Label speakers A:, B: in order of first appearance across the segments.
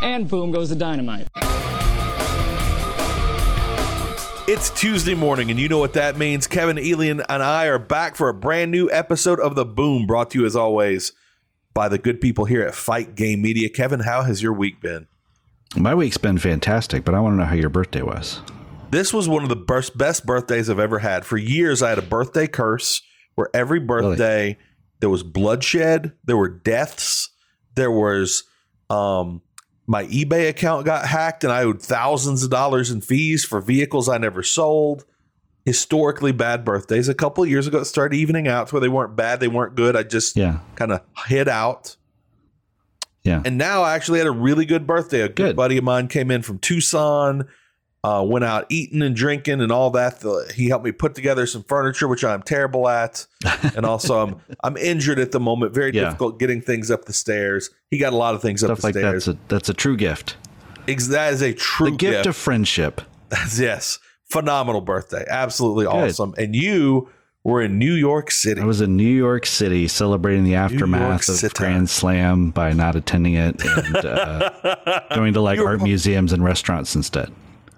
A: and boom goes the dynamite.
B: It's Tuesday morning, and you know what that means. Kevin Elian and I are back for a brand new episode of The Boom, brought to you as always by the good people here at Fight Game Media. Kevin, how has your week been?
C: My week's been fantastic, but I want to know how your birthday was.
B: This was one of the best- best birthdays I've ever had. For years, I had a birthday curse where every birthday there was bloodshed, there were deaths, there was um, my eBay account got hacked, and I owed thousands of dollars in fees for vehicles I never sold. Historically bad birthdays. A couple of years ago, it started evening out to where they weren't bad, they weren't good. I just
C: Yeah.
B: kind of hid out.
C: Yeah.
B: And now I actually had a really good birthday. A good,
C: Good.
B: buddy of mine came in from Tucson, uh, went out eating and drinking and all that. The- he helped me put together some furniture, which I'm terrible at, and also I'm I'm injured at the moment. Very
C: Yeah.
B: difficult getting things up the stairs. He got a lot of things up
C: Stuff
B: the
C: like
B: stairs.
C: that's a that's a true gift.
B: Ex- that is a true
C: The gift
B: gift.
C: of friendship.
B: yes, phenomenal birthday. Absolutely awesome. And you were in New York City.
C: I was in New York City celebrating the aftermath of
B: City.
C: Grand Slam by not attending it and uh, going to like art museums and restaurants instead.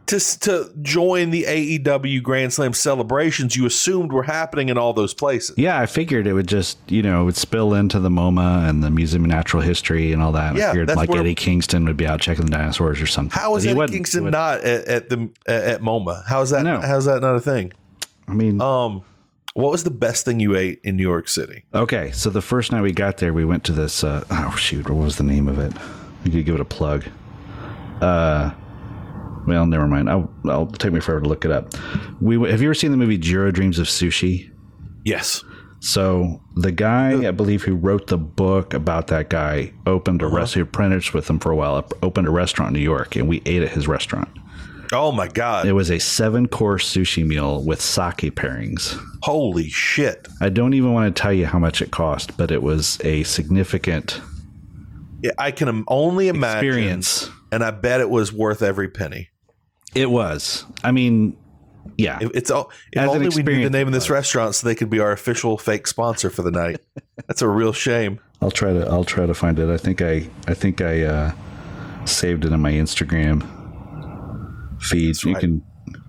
B: to to join the AEW Grand Slam celebrations you assumed were happening in all those places.
C: Yeah, I figured it would just, you know, it would spill into the MoMA and the Museum of Natural History and all that.
B: Yeah,
C: I figured
B: that's
C: like
B: where-
C: Eddie Kingston would be out checking the dinosaurs or something.
B: How is
C: But he
B: Eddie
C: wasn't.
B: Kingston
C: He wasn't.
B: not at, at the at MoMA? How's that?
C: know.
B: How's that not a thing?
C: I mean,
B: Um, what was the best thing you ate in New York City?
C: Okay, so the first night we got there, we went to this. Uh, oh shoot, what was the name of it? We could give it a plug. Uh, well, never mind. I'll, I'll take me forever to look it up. We w- have you ever seen the movie Jiro Dreams of Sushi?
B: Yes.
C: So the guy, I believe, who wrote the book about that guy, opened a restaurant. He apprenticed with him for a while. Opened a restaurant in New York, and we ate at his restaurant.
B: Oh my God!
C: It was a seven-course sushi meal with sake pairings.
B: Holy shit!
C: I don't even want to tell you how much it cost, but it was a significant
B: Yeah, I can im- only imagine.
C: experience.
B: And I bet it was worth every penny.
C: It was. I mean, yeah.
B: If- It's all. If
C: As an
B: only we knew the
C: experience,
B: name of this restaurant, so they could be our official fake sponsor for the night. That's a real shame.
C: I'll try to. I'll try to find it. I think I. I think I uh, saved it in my Instagram feed. You
B: right.
C: can.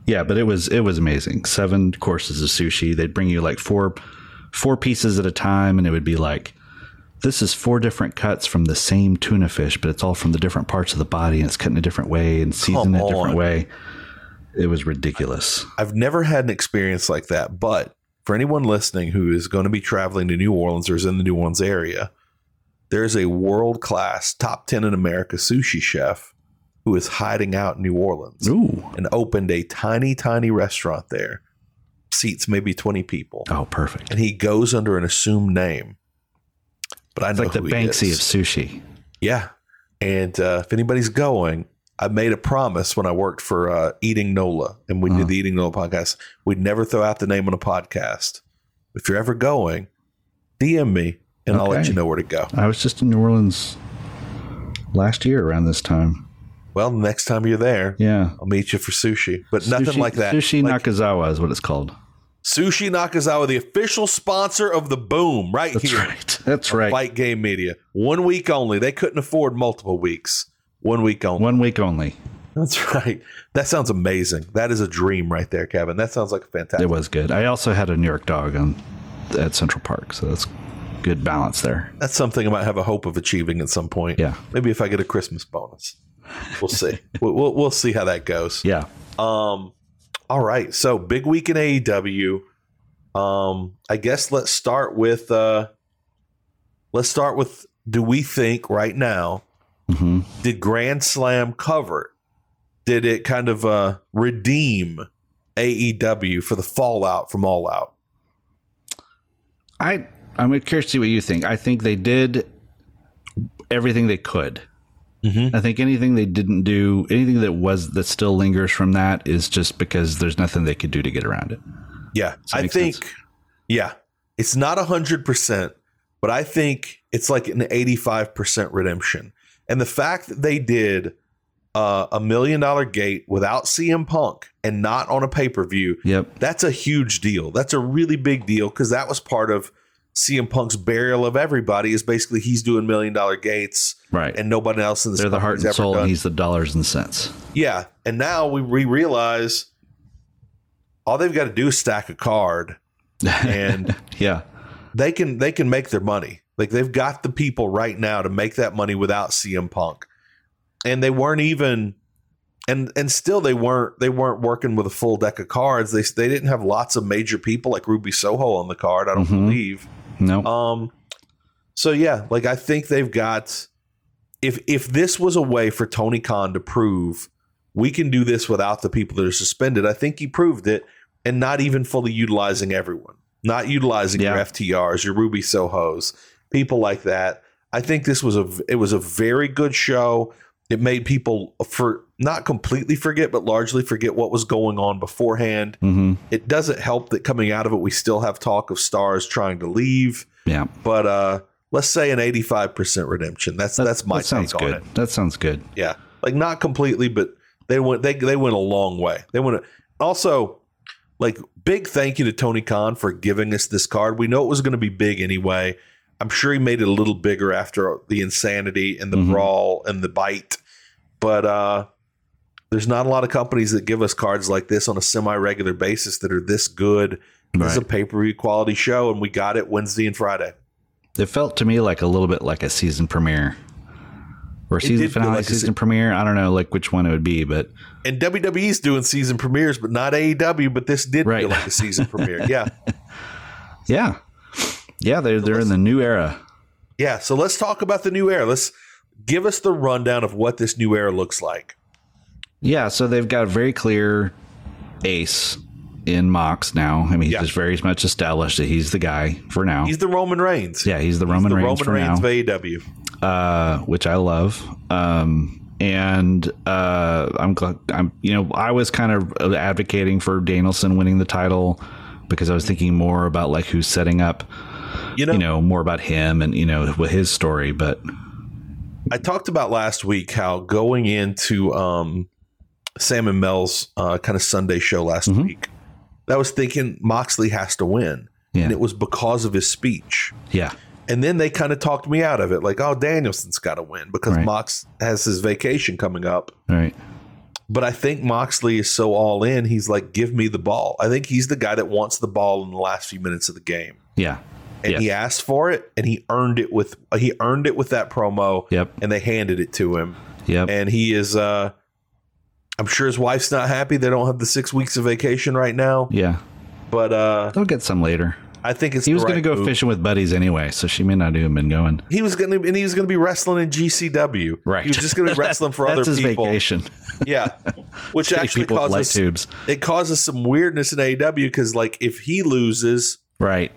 C: Yeah, but it was it was amazing. Seven courses of sushi. They'd bring you like four four pieces at a time, and it would be like. This is four different cuts from the same tuna fish, but it's all from the different parts of the body, and it's cut in a different way and seasoned in a
B: on.
C: different way. It was ridiculous.
B: I've never had an experience like that, but for anyone listening who is going to be traveling to New Orleans or is in the New Orleans area, there's a world class, top 10 in America sushi chef who is hiding out in New Orleans
C: Ooh!
B: and opened a tiny, tiny restaurant there, seats maybe 20 people.
C: Oh, perfect.
B: And he goes under an assumed name. But I
C: It's
B: know
C: like the
B: who he
C: Banksy
B: is.
C: of sushi.
B: Yeah. And uh, if anybody's going, I made a promise when I worked for uh, Eating Nola and we
C: Uh-huh.
B: did the Eating Nola podcast. We'd never throw out the name on a podcast. If you're ever going, DM me and I'll let
C: Okay.
B: you know where to go.
C: I was just in New Orleans last year around this time.
B: Well, the next time you're there,
C: Yeah.
B: I'll meet you for sushi, but nothing
C: Sushi-
B: like that.
C: Sushi
B: Like,
C: Nakazawa is what it's called.
B: sushi Nakazawa, the official sponsor of the boom, right
C: That's
B: here.
C: right. That's right.
B: Fight Game Media. One week only. They couldn't afford multiple weeks. One week only.
C: One week only.
B: That's right. That sounds amazing. That is a dream right there, Kevin. That sounds like a
C: It
B: fantastic.
C: was good. I also had a New York dog on at Central Park, so that's good balance there.
B: That's something I might have a hope of achieving at some point.
C: Yeah.
B: Maybe if I get a Christmas bonus. We'll see. we'll, we'll, we'll see how that goes.
C: Yeah.
B: Um, all right. So big week in AEW. Um, I guess let's start with uh, let's start with do we think right now
C: hmm
B: did Grand Slam cover? it? Did it kind of uh, redeem AEW for the fallout from All Out?
C: I I'm curious to see what you think. I think they did everything they could.
B: Mhm.
C: I think anything they didn't do, anything that was that still lingers from that, is just because there's nothing they could do to get around it.
B: Yeah,
C: that
B: I
C: make
B: think.
C: sense?
B: Yeah, it's not a hundred percent, but I think it's like an eighty-five percent redemption. And the fact that they did uh, a million-dollar gate without CM Punk and not on a pay-per-view,
C: Yep.
B: that's a huge deal. That's a really big deal because that was part of CM Punk's burial of everybody is basically he's doing million dollar gates,
C: Right.
B: and nobody else in this
C: They're the heart
B: company's ever
C: and soul,
B: done-
C: and he's the dollars and cents.
B: yeah, and now we re- realize all they've got to do is stack a card, and
C: Yeah.
B: they can they can make their money. Like they've got the people right now to make that money without CM Punk, and they weren't even, and and still they weren't they weren't working with a full deck of cards. They they didn't have lots of major people like Ruby Soho on the card. I don't
C: Mhm.
B: believe.
C: No.
B: Um, so yeah, like I think they've got. If if this was a way for Tony Khan to prove we can do this without the people that are suspended, I think he proved it, and not even fully utilizing everyone, not utilizing
C: Yeah.
B: your FTRs, your Ruby Soho's, people like that. I think this was a v- it was a very good show. It made people for not completely forget, but largely forget what was going on beforehand.
C: hmm
B: It doesn't help that coming out of it, we still have talk of stars trying to leave
C: Yeah.
B: but uh let's say an 85% redemption that's that's my
C: that sounds
B: take
C: good.
B: on it
C: That sounds good.
B: yeah like not completely but they went they they went a long way they went a, also like big thank you to Tony Khan for giving us this card we know it was going to be big anyway i'm sure he made it a little bigger after the insanity and the
C: Mhm.
B: brawl and the bite but uh there's not a lot of companies that give us cards like this on a semi-regular basis that are this good. This is a
C: Right.
B: pay-per-view quality show, and we got it Wednesday and Friday.
C: It felt to me like a little bit like a season premiere or season
B: did feel
C: finale,
B: like a se-
C: season premiere. I don't know like which one it would be, but
B: and WWE's doing season premieres, but not AEW. But this did
C: Right.
B: feel like a season premiere. Yeah,
C: yeah, yeah, they're they're in the new era.
B: yeah. So let's talk about the new era. Let's give us the rundown of what this new era looks like.
C: Yeah, so they've got a very clear ace in Mox now. I mean,
B: Yeah.
C: he's just very much established that he's the guy for now.
B: He's the Roman Reigns.
C: yeah, he's the Roman
B: the
C: Reigns
B: Roman
C: for
B: Reigns
C: now.
B: of E AEW.
C: uh, which I love. Um, and uh, I'm glad I'm you know I was kind of advocating for Danielson winning the title because I was thinking more about like who's setting up
B: You know,
C: you know more about him and you know with his story, but
B: I talked about last week how going into um, Sam and Mel's uh, kind of Sunday show last
C: Mm-hmm.
B: week, that was thinking Moxley has to win,
C: Yeah.
B: and it was because of his speech.
C: yeah,
B: And then they kind of talked me out of it, like, "Oh, Danielson's got to win because
C: Right.
B: Mox has his vacation coming up."
C: all right,
B: But I think Moxley is so all in, he's like, give me the ball. I think he's the guy that wants the ball in the last few minutes of the game.
C: yeah,
B: And
C: Yes.
B: he asked for it and he earned it with he earned it with that promo.
C: Yep.
B: And they handed it to him.
C: yep,
B: And he is uh I'm sure his wife's not happy. They don't have the six weeks of vacation right now.
C: yeah.
B: But uh
C: They'll get some later.
B: I think it's
C: He was
B: the
C: going
B: right
C: to go
B: move.
C: fishing with buddies anyway, so she may not have even been going.
B: He was gonna and he was gonna be wrestling in GCW.
C: Right.
B: He was just gonna be wrestling for
C: That's
B: other
C: his
B: people.
C: vacation.
B: Yeah. Which actually
C: people with light
B: causes
C: tubes,
B: it causes some weirdness in AEW because like if he loses,
C: right?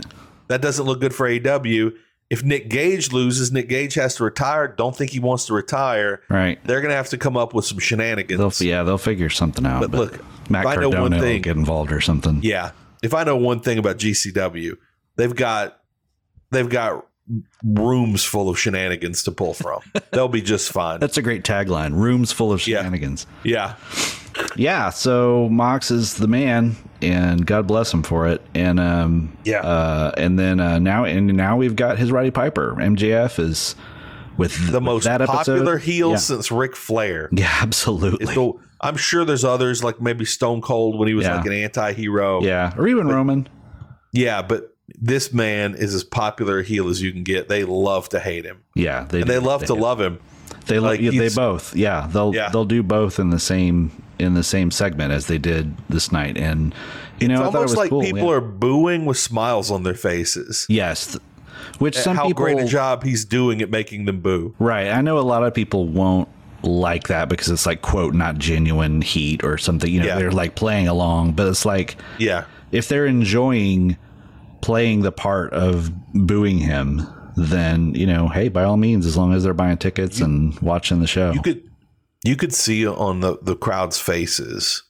B: that doesn't look good for AEW. If Nick Gage loses, Nick Gage has to retire. Don't think he wants to retire.
C: Right.
B: They're gonna have to come up with some shenanigans.
C: They'll yeah, they'll figure something out.
B: But look,
C: Matt
B: if I know one
C: Cardona will
B: thing-
C: get involved or something.
B: yeah. If I know one thing about GCW, they've got they've got rooms full of shenanigans to pull from. They'll be just fine.
C: That's a great tagline. Rooms full of
B: Yeah.
C: shenanigans.
B: Yeah.
C: Yeah. so Mox is the man, and God bless him for it. And um,
B: Yeah.
C: uh, and then uh, now and now we've got his Roddy Piper. MJF is with
B: The most
C: that episode-
B: popular heel
C: Yeah.
B: since Ric Flair.
C: Yeah,
B: It's
C: absolutely.
B: the, I'm sure there's others like maybe Stone Cold when he was
C: Yeah.
B: like an anti-hero.
C: Yeah, or even Roman.
B: Yeah, but this man is as popular a heel as you can get. They love to hate him.
C: Yeah, they
B: And they
C: do.
B: love to
C: do.
B: love him.
C: They like
B: like,
C: they
B: he's-
C: both. Yeah, they'll
B: Yeah.
C: they'll do both in the same in the same segment as they did this night. And you know, I
B: It's
C: thought it was
B: almost like
C: cool.
B: people
C: yeah.
B: are booing with smiles on their faces.
C: yes, th- which some
B: Uh, How
C: people
B: great a job he's doing at making them boo.
C: Right. I know a lot of people won't like that because it's like quote not genuine heat or something. You know,
B: Yeah.
C: they're like playing along, but it's like
B: Yeah.
C: if they're enjoying playing the part of booing him, then you know, hey, by all means, as long as they're buying tickets and watching the show,
B: You could you could see on the, the crowd's faces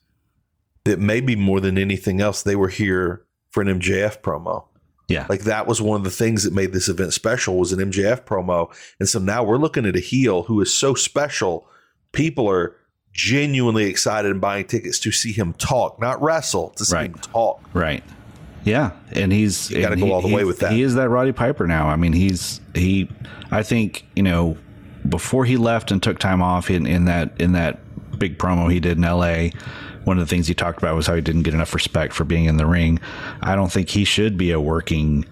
B: that maybe more than anything else, they were here for an MJF promo.
C: yeah,
B: Like that was one of the things that made this event special was an MJF promo. And so now we're looking at a heel who is so special. People are genuinely excited and buying tickets to see him talk, not wrestle, to see
C: Right.
B: him talk.
C: right, Yeah, and he's
B: You gotta
C: and
B: go
C: he-
B: all the
C: he-
B: way with that.
C: He is that Roddy Piper now. I mean, he's he. I think you know before he left and took time off in, in that in that big promo he did in L.A. One of the things he talked about was how he didn't get enough respect for being in the ring. I don't think he should be a working,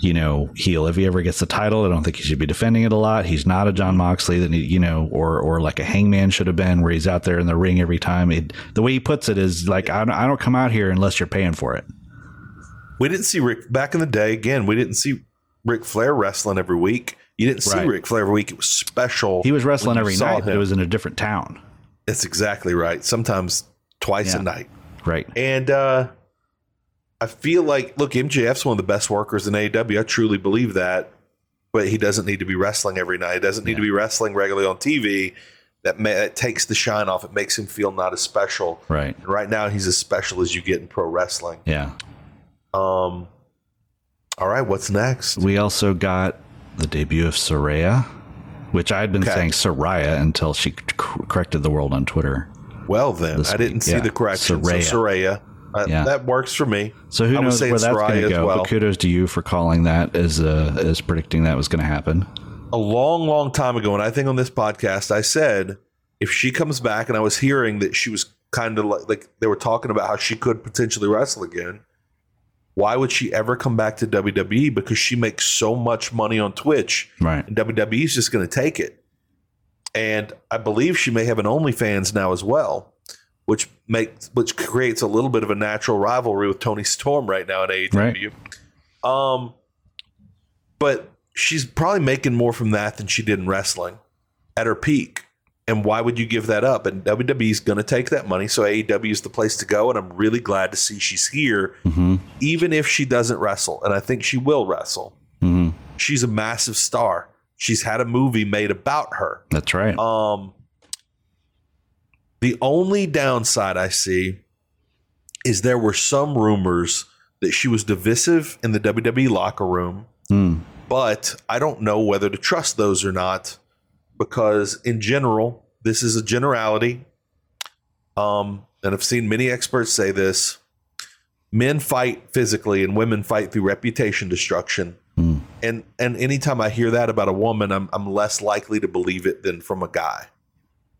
C: you know, heel. If he ever gets the title, I don't think he should be defending it a lot. He's not a John Moxley that he, you know, or or like a Hangman should have been, where he's out there in the ring every time. It, the way he puts it is like, I don't, I don't come out here unless you're paying for it.
B: We didn't see Rick back in the day. Again, we didn't see Ric Flair wrestling every week. You didn't see
C: Right.
B: Ric Flair every week. It was special.
C: He was wrestling
B: when you
C: every
B: saw
C: night, but
B: him.
C: it was in a different town,
B: That's exactly right. Sometimes twice a
C: Yeah.
B: night.
C: right?
B: And uh, I feel like, look, MJF's one of the best workers in AEW. I truly believe that. But he doesn't need to be wrestling every night. He doesn't need to be wrestling regularly on TV. That, ma- that takes the shine off. It makes him feel not as special.
C: Right.
B: And right now, he's as special as you get in pro wrestling.
C: Yeah.
B: Um, all right, what's next?
C: We also got the debut of Soraya, which I'd been
B: Okay.
C: saying Soraya until she c- corrected the world on Twitter.
B: Well, then, I didn't see
C: yeah,
B: the correction.
C: Saraya.
B: So, Soraya. Uh,
C: Yeah.
B: That works for me.
C: So who
B: I would
C: knows
B: say
C: where
B: it's
C: that's
B: Soraya
C: going to
B: as
C: go?
B: well.
C: But kudos to you for calling that as uh, as predicting that was going to happen.
B: a long, long time ago, and I think on this podcast, I said if she comes back, and I was hearing that she was kind of like, like they were talking about how she could potentially wrestle again. Why would she ever come back to WWE? Because she makes so much money on Twitch,
C: Right.
B: and WWE E is just going to take it. And I believe she may have an OnlyFans now as well, which makes which creates a little bit of a natural rivalry with Tony Storm right now at AEW. Um, but she's probably making more from that than she did in wrestling at her peak. And why would you give that up? And WWE is going to take that money, so AEW is the place to go. And I'm really glad to see she's here,
C: Mm-hmm.
B: even if she doesn't wrestle. And I think she will wrestle.
C: Mm-hmm.
B: She's a massive star. She's had a movie made about her.
C: That's right.
B: Um, the only downside I see is there were some rumors that she was divisive in the WWE locker room,
C: Mm.
B: but I don't know whether to trust those or not because, in general, this is a generality. Um, and I've seen many experts say this men fight physically and women fight through reputation destruction
C: Mm.
B: and and anytime I hear that about a woman, I'm I'm less likely to believe it than from a guy.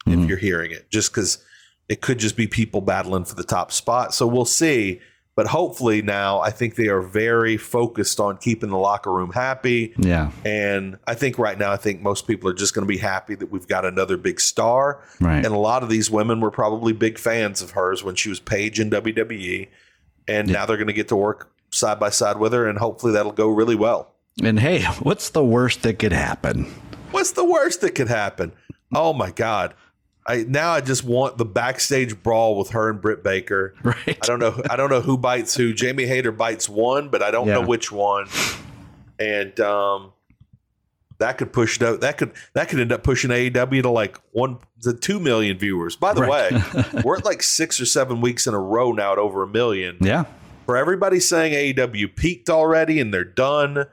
B: If
C: Mhm.
B: you're hearing it, just because it could just be people battling for the top spot. So we'll see. But hopefully now, I think they are very focused on keeping the locker room happy.
C: Yeah.
B: And I think right now, I think most people are just going to be happy that we've got another big star.
C: Right.
B: And a lot of these women were probably big fans of hers when she was Paige in WWE, and now they're going to get to work side by side with her, and hopefully that'll go really well.
C: and hey, what's the worst that could happen?
B: What's the worst that could happen? Oh my god! I now I just want the backstage brawl with her and Britt Baker.
C: Right.
B: I don't know. I don't know who bites who. Jamie Hayter bites one, but I don't know
C: Yeah.
B: which one. And um, that could push it up- that could that could end up pushing AEW to like one to two million viewers. By the
C: Right.
B: way, we're at like six or seven weeks in a row now at over a million
C: Yeah.
B: for everybody saying AEW peaked already and they're done,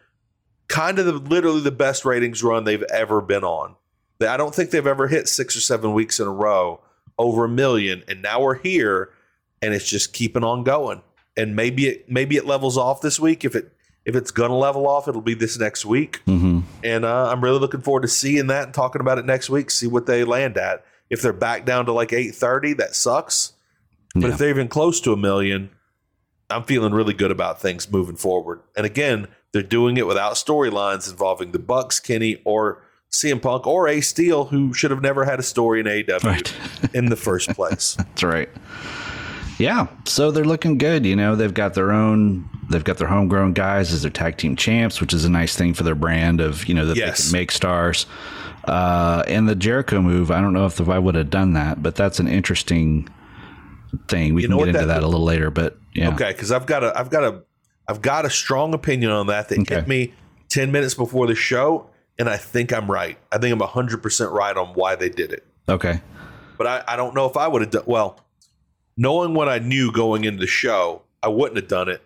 B: kind of the, literally the best ratings run they've ever been on. They- I don't think they've ever hit six or seven weeks in a row over a million, and now we're here, and it's just keeping on going. And maybe it maybe it levels off this week. If it if it's gonna level off, it'll be this next week.
C: Mm-hmm.
B: And uh, I'm really looking forward to seeing that and talking about it next week. See what they land at. If they're back down to like 830, that sucks. But
C: Yeah.
B: if they're even close to a million, I'm feeling really good about things moving forward. And again, they're doing it without storylines involving the Bucks, Kenny, or CM Punk, or A Steel, who should have never had a story in AEW
C: Right.
B: in the first place.
C: That's right. Yeah, so they're looking good. You know, they've got their own, they've got their homegrown guys as their tag team champs, which is a nice thing for their brand of you know that
B: Yes.
C: they can make stars. Uh, and the Jericho move, I don't know if the, I would have done that, but that's an interesting thing. We
B: You know
C: can
B: what
C: get into
B: that-
C: that, a little later, but yeah,
B: Okay, because I've got a, I've got a, I've got a strong opinion on that that
C: Okay.
B: hit me ten minutes before the show, and I think I'm right. I think I'm hundred percent right on why they did it.
C: okay,
B: but I, I don't know if I would have done well. Knowing what I knew going into the show, I wouldn't have done it.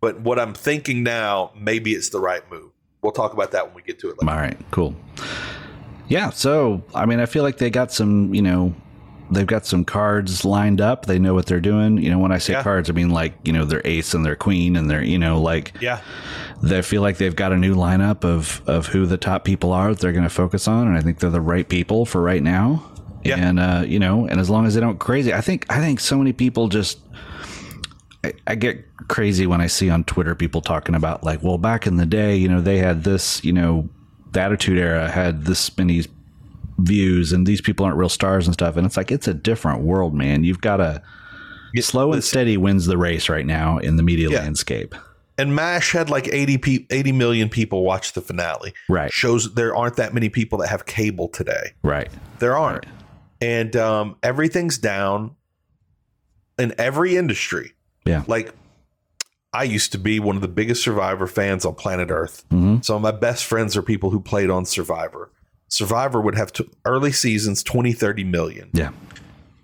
B: But what I'm thinking now, maybe it's the right move. We'll talk about that when we get to it later.
C: all right, cool. Yeah, so I mean, I feel like they got some, you know, they've got some cards lined up. They know what they're doing. You know, when I say
B: Yeah.
C: cards, I mean like you know their ace and their queen and their you know like
B: Yeah.
C: they feel like they've got a new lineup of of who the top people are that they're going to focus on, and I think they're the right people for right now.
B: Yeah.
C: And uh, you know, and as long as they don't crazy, I think I think so many people just. I, I get crazy when I see on Twitter people talking about like, well, back in the day, you know, they had this, you know, the Attitude Era had this many views, and these people aren't real stars and stuff. And it's like it's a different world, man. You've got to slow and steady wins the race right now in the media
B: Yeah.
C: landscape.
B: And MASH had like 80, pe- 80 million people watch the finale.
C: Right.
B: Shows there aren't that many people that have cable today.
C: Right.
B: There aren't. And um, everything's down in every industry.
C: Yeah.
B: Like I used to be one of the biggest Survivor fans on planet Earth.
C: hmm
B: Some of my best friends are people who played on Survivor. Survivor would have t- early seasons 20, 30 million.
C: Yeah.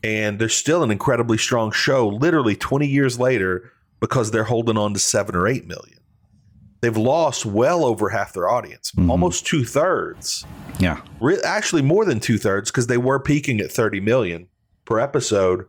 B: And they're still an incredibly strong show, literally 20 years later, because they're holding on to seven or eight million. They've lost well over half their audience,
C: Mhm.
B: almost two thirds
C: Yeah.
B: re- actually more than two thirds because they were peaking at 30 million per episode.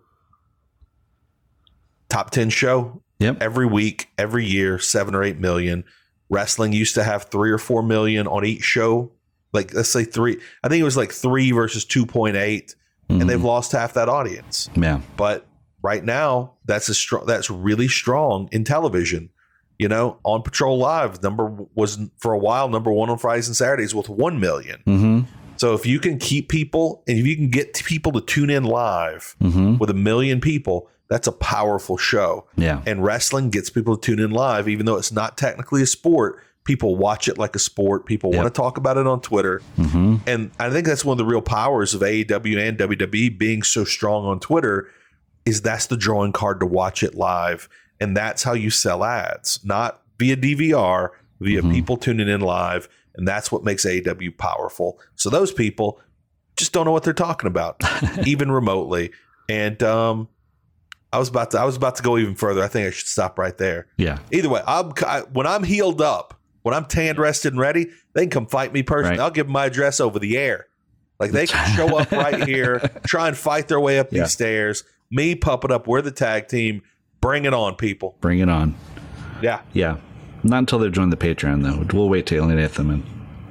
B: Top 10 show
C: Yep.
B: every week, every year, seven or eight million. Wrestling used to have three or four million on each show. Like, let's say three, I think it was like three versus 2.8, and they've lost half that audience.
C: yeah,
B: But right now, that's a strong, that's really strong in television. You know, on Patrol Live, number was for a while number one on Fridays and Saturdays with 1 million.
C: mm-hmm.
B: So if you can keep people and if you can get t- people to tune in live
C: Mm-hmm.
B: with a million people, that's a powerful show.
C: yeah,
B: And wrestling gets people to tune in live, even though it's not technically a sport. People watch it like a sport. People want
C: Yep.
B: to talk about it on Twitter.
C: mm-hmm.
B: And I think that's one of the real powers of AEW and WWE being so strong on Twitter is that's the drawing card to watch it live. And that's how you sell ads, not via DVR, via
C: Mhm.
B: people tuning in live. And that's what makes AEW powerful. So those people just don't know what they're talking about, even remotely. And um, I was about to I was about to go even further. I think I should stop right there.
C: yeah,
B: Either way, I'm I, when I'm healed up, when I'm tanned, rested, and ready, they can come fight me personally.
C: Right.
B: I'll give them my address over the air. Like they can show up right here, try and fight their way up
C: Yeah.
B: these stairs. Me pump it up. We're the tag team. Bring it on, people.
C: bring it on.
B: Yeah,
C: Yeah, not until they've joined the Patreon though. We'll wait to alienate them in.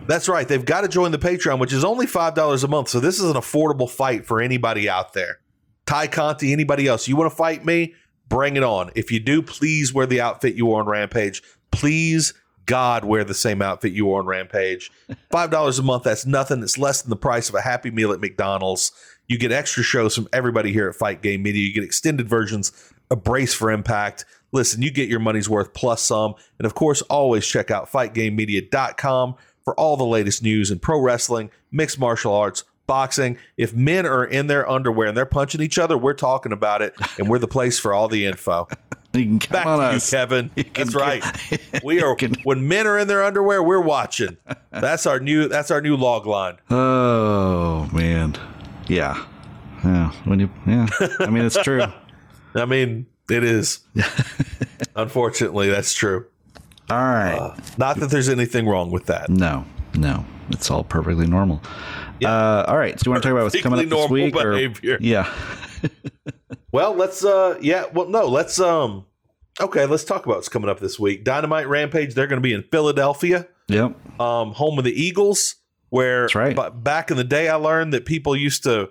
B: that's right. They've got to join the Patreon, which is only five dollars a month. So this is an affordable fight for anybody out there. Ty Conti, anybody else? You want to fight me? Bring it on. If you do, please wear the outfit you wore on Rampage. Please, God, wear the same outfit you wore on Rampage. Five dollars a month. That's nothing. It's less than the price of a Happy Meal at McDonald's. You get extra shows from everybody here at Fight Game Media. You get extended versions, a brace for impact. Listen, you get your money's worth plus some. And of course, always check out fightgamemedia.com for all the latest news in pro wrestling, mixed martial arts, boxing. If men are in their underwear and they're punching each other, we're talking about it, and we're the place for all the info.
C: You can count
B: Back
C: on
B: to
C: us.
B: you, Kevin. That's right. We are
C: can-
B: when men are in their underwear, we're watching. That's our new that's our new log line.
C: Oh man, yeah, yeah. When you, yeah, I mean it's true.
B: I mean, it is. Unfortunately, that's true.
C: All right.
B: Not that there's anything wrong with that.
C: no, no, it's all perfectly normal. Uh, all right. So you want to talk about what's coming up this
B: Perfectly
C: week?
B: normal
C: or-
B: behavior.
C: yeah.
B: Well, let's uh yeah, well no, let's um okay, let's talk about what's coming up this week. Dynamite Rampage, they're going to be in Philadelphia.
C: Yep.
B: um, home of the Eagles, where
C: That's right.
B: ba- back in the day I learned that people used to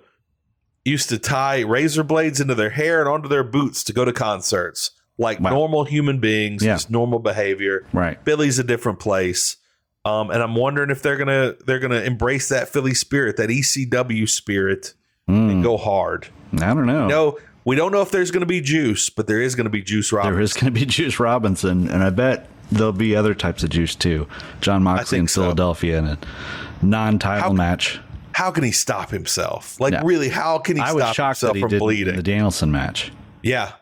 B: used to tie razor blades into their hair and onto their boots to go to concerts, like
C: Wow.
B: normal human beings,
C: Yeah.
B: just normal behavior.
C: Right.
B: Philly's a different place, um, and I'm wondering if they're gonna they're gonna embrace that Philly spirit, that ECW spirit, and
C: Mm,
B: go hard.
C: I don't know.
B: No, we don't know if there's gonna be juice, but there is gonna be juice. Robinson.
C: There is going to be Juice Robinson, and I bet there'll be other types of juice too. John Moxley
B: think
C: in
B: so.
C: Philadelphia in a non-title match.
B: How can he stop himself? Like
C: No.
B: really, how can he
C: I was
B: stop
C: shocked
B: himself
C: that he
B: from
C: did
B: bleeding?
C: the Danielson match.
B: Yeah.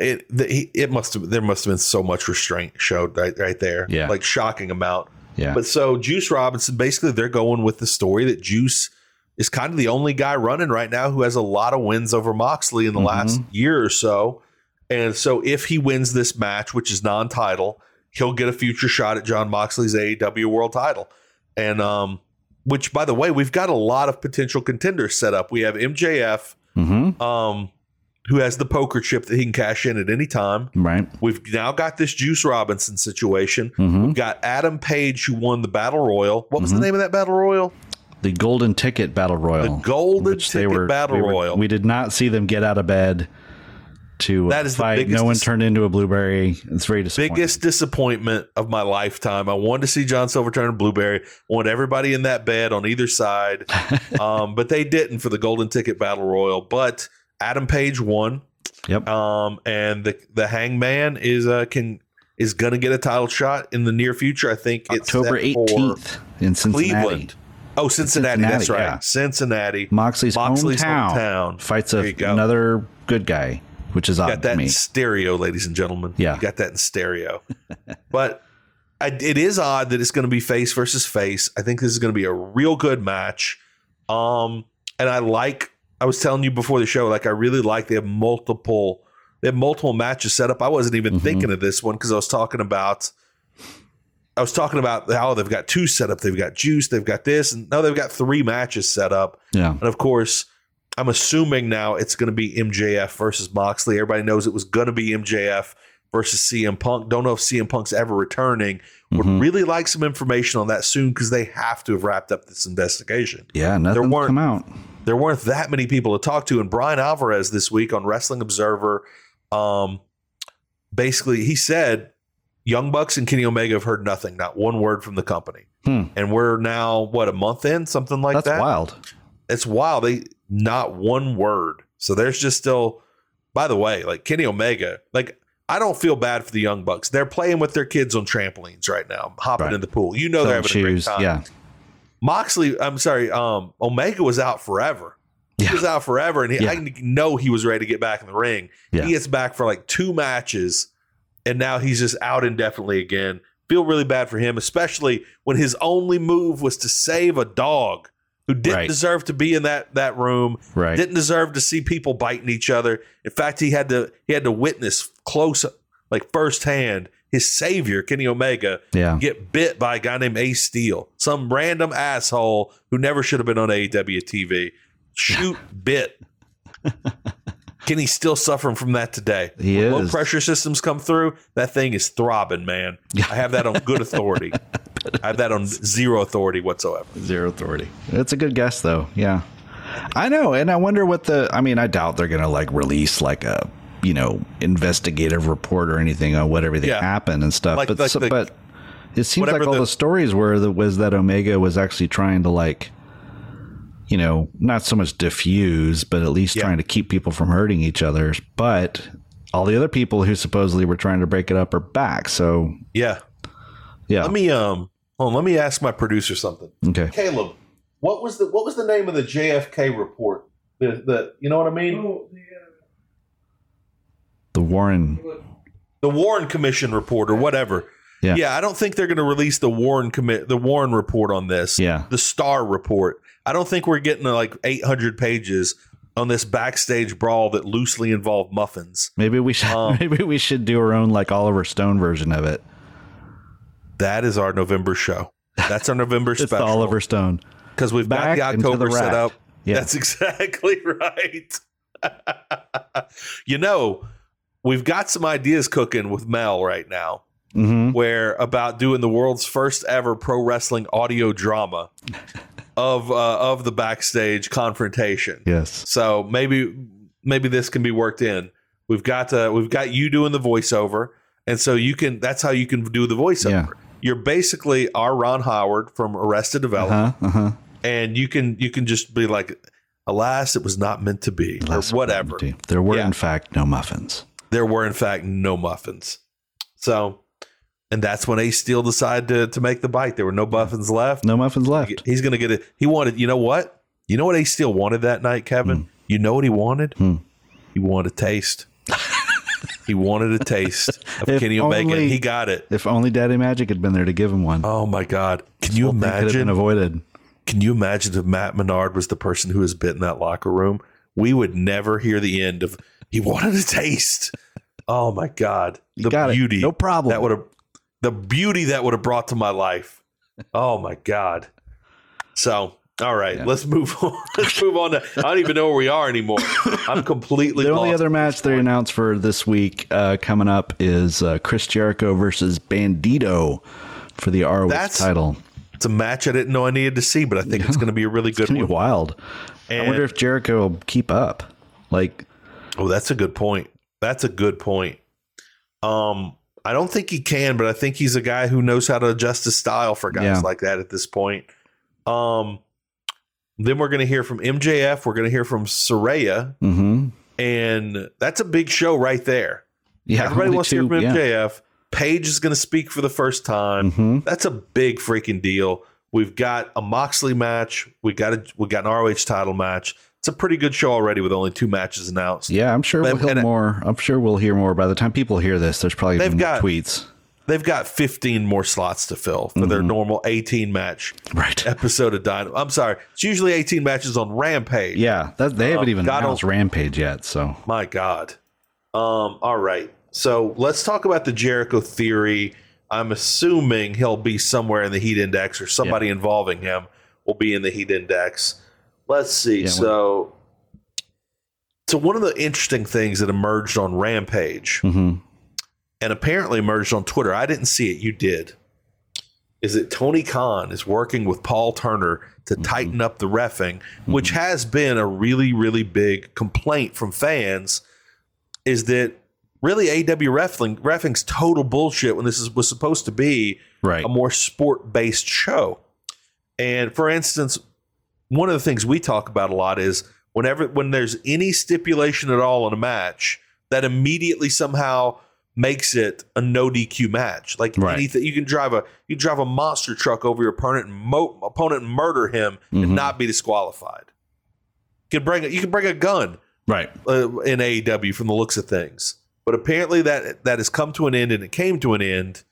B: It the, he, it must have there must have been so much restraint showed right, right there.
C: Yeah.
B: Like shocking amount.
C: Yeah,
B: But so Juice Robinson basically they're going with the story that Juice is kind of the only guy running right now who has a lot of wins over Moxley in
C: Mm-hmm.
B: the last year or so. And so if he wins this match, which is non-title, he'll get a future shot at John Moxley's AEW World Title. And um which by the way, we've got a lot of potential contenders set up. We have MJF,
C: Mm-hmm.
B: um, who has the poker chip that he can cash in at any time.
C: Right.
B: We've now got this Juice Robinson situation.
C: Mm-hmm.
B: We've got Adam Page, who won the Battle Royal. What was the name of that Battle Royal?
C: The Golden Ticket Battle Royal.
B: The Golden Ticket Battle
C: we were-
B: Royal.
C: We did not see them get out of bed to uh,
B: That is the
C: fight.
B: biggest
C: no one
B: dis-
C: turned into a blueberry. It's very disappointing.
B: Biggest disappointment of my lifetime. I wanted to see John Silverton and Blueberry. I wanted everybody in that bed on either side, um, but they didn't for the Golden Ticket Battle Royal. But Adam Page won,
C: Yep.
B: um, and the the Hangman is uh, can is going to get a title shot in the near future. I think it's set
C: October
B: for
C: 18th in Cincinnati.
B: Cleveland. Oh, Cincinnati. that's right,
C: Cincinnati, yeah.
B: Cincinnati.
C: Moxley's,
B: Moxley's
C: hometown,
B: hometown.
C: fights
B: There you
C: a,
B: go.
C: another good guy, which is
B: got
C: odd to
B: that
C: me.
B: in stereo, ladies and gentlemen.
C: Yeah.
B: you got that in stereo. but I, it is odd that it's going to be face versus face. I think this is going to be a real good match. Um, and I like. I was telling you before the show, like I really like they have multiple they have multiple matches set up. I wasn't even
C: Mhm.
B: thinking of this one because I was talking about. I was talking about how they've got two set up. They've got juice. They've got this, and now they've got three matches set up.
C: Yeah.
B: And of course, I'm assuming now it's going to be MJF versus Moxley. Everybody knows it was going to be MJF versus CM Punk. Don't know if CM Punk's ever returning.
C: Mhm.
B: Would really like some information on that soon because they have to have wrapped up this investigation.
C: Yeah. Nothing
B: weren't-
C: come out.
B: There weren't that many people to talk to. And Brian Alvarez this week on Wrestling Observer, um, basically he said, Young Bucks and Kenny Omega have heard nothing, not one word from the company.
C: Hmm.
B: And we're now, what, a month in, something like
C: That's
B: that?
C: wild.
B: it's wild. They not one word. So there's just still. By the way, like Kenny Omega, like I don't feel bad for the young bucks. They're playing with their kids on trampolines right now, hopping
C: Right.
B: in the pool. You know they're
C: Selling
B: having
C: shoes.
B: a great time.
C: Yeah.
B: Moxley, I'm sorry, um, Omega was out forever. He
C: Yeah.
B: was out forever, and he, I know he was ready to get back in the ring.
C: Yeah.
B: He gets back for like two matches, and now he's just out indefinitely again. Feel really bad for him, especially when his only move was to save a dog who didn't
C: Right.
B: deserve to be in that that room,
C: Right.
B: didn't deserve to see people biting each other. In fact, he had to he had to witness close, like firsthand, his savior Kenny Omega
C: yeah.
B: get bit by a guy named Ace Steele, some random asshole who never should have been on E AEW TV. Shoot bit. Can he still suffering from that today?
C: He
B: When Low
C: is.
B: pressure systems come through. That thing is throbbing, man. I have that on good authority. I have that on zero authority whatsoever.
C: Zero authority. That's a good guess, though. Yeah. I know. And I wonder what the. I mean, I doubt they're going to like release like a, you know, investigative report or anything on what everything
B: Yeah.
C: happened and stuff.
B: Like-
C: but,
B: like
C: so,
B: the-
C: but it seems like
B: whatever
C: all the,
B: the-
C: stories were that was that Omega was actually trying to like, you know, not so much diffuse, but at least
B: Yeah.
C: trying to keep people from hurting each other. But all the other people who supposedly were trying to break it up are back. So,
B: Yeah.
C: yeah.
B: Let me um hold on, let me ask my producer something.
C: okay.
B: Caleb, what was the what was the name of the JFK report? The the you know what I mean?
A: Oh, the,
C: The Warren.
A: uh,
B: the Warren Commission report or whatever.
C: Yeah.
B: I don't think they're going to release the Warren commit the Warren report on this.
C: Yeah.
B: The Star report. I don't think we're getting uh, like 800 pages on this backstage brawl that loosely involved muffins.
C: Maybe we should
B: Um,
C: maybe we should do our own like Oliver Stone version of it.
B: That is our November show. That's our November
C: It's the
B: special
C: Oliver Stone.
B: because we've got
C: Back
B: the
C: into
B: October
C: the rack.
B: set up.
C: Yeah.
B: That's exactly right. you know, we've got some ideas cooking with Mel right now.
C: hmm
B: where about doing the world's first ever pro wrestling audio drama of uh, of the backstage confrontation.
C: Yes.
B: So maybe maybe this can be worked in. We've got uh, we've got you doing the voiceover, and so you can that's how you can do the voiceover.
C: Yeah.
B: You're basically our Ron Howard from Arrested
C: Uh
B: Development,
C: huh. Uh huh.
B: and you can you can just be like, "Alas, it was not meant to be," or whatever
C: There were
B: Yeah.
C: in fact no muffins.
B: there were in fact no muffins. So, and that's when Ace Steel decided to, to make the bite. There were no muffins left.
C: No muffins Mm. left.
B: He's going to get it. He wanted, you know what? You know what Ace Steel wanted that night, Kevin? You know what he wanted?
C: Mm. Hmm.
B: He wanted a taste. he wanted a taste of
C: If
B: Kenny Omega. and
C: only-
B: he got it.
C: If only Daddy Magic had been there to give him one.
B: Oh my God. Can you
C: It could have been
B: imagine?
C: avoided.
B: Can you imagine if Matt Menard was the person who was bit in that locker room? We would never hear the end of he wanted a taste. Oh my God.
C: You
B: The
C: got it.
B: beauty.
C: No problem.
B: That would have the beauty that would have brought to my life. Oh my God. So All right, let's move on. Let's move on to. I don't even know where we are anymore. I'm completely.
C: The only
B: lost.
C: other match they announced for this week uh, coming up is uh, Chris Jericho versus Bandito for the ROH
B: That's-
C: title.
B: It's a match I didn't know I needed to see, but I think it's going to be a really good
C: It's gonna
B: one.
C: be wild. I
B: And-
C: wonder if Jericho will keep up. Like
B: Oh, that's a good point. That's a good point. Um, I don't think he can, but I think he's a guy who knows how to adjust his style for guys
C: Yeah.
B: like that at this point. Um, then we're going to hear from MJF. We're going to hear from Soraya,
C: Mm-hmm.
B: and that's a big show right there.
C: Yeah,
B: Everybody
C: only
B: wants to hear
C: two-
B: from
C: yeah.
B: MJF. Paige is going to speak for the first time.
C: Mhm.
B: That's a big freaking deal. We've got a Moxley match. We got a we got an ROH title match. It's a pretty good show already with only two matches announced.
C: Yeah, I'm sure
B: But-
C: we'll hear
B: and-
C: more. I'm sure we'll hear more by the time people hear this. There's probably
B: They've
C: been
B: got-
C: tweets,
B: They've got 15 more slots to fill for
C: Mm-hmm.
B: their normal 18 match
C: right?
B: episode of Dynamite. I'm sorry, it's usually 18 matches on Rampage.
C: Yeah, that, they haven't even
B: God
C: announced Rampage yet. So
B: My God. Um, all right. So let's talk about the Jericho theory. I'm assuming he'll be somewhere in the heat index or somebody involving him will be in the heat index. Let's see.
C: Yeah,
B: so so one of the interesting things that emerged on Rampage
C: mhm.
B: and apparently emerged on Twitter. I didn't see it, you did. Is that Tony Khan is working with Paul Turner to tighten up the refing, which has been a really, really big complaint from fans. Is that really AW wrestling? Refing's total bullshit when this is, was supposed to be
C: right,
B: a more sport based show. And for instance, one of the things we talk about a lot is whenever when there's any stipulation at all in a match, that immediately somehow makes it a no DQ match. Like
C: Right.
B: anything, you can drive a you can drive a monster truck over your opponent and mo- opponent and murder him and
C: Mhm.
B: not be disqualified. You can bring a, you can bring a gun
C: right.
B: uh, in AEW from the looks of things. But apparently that that has come to an end, and it came to an end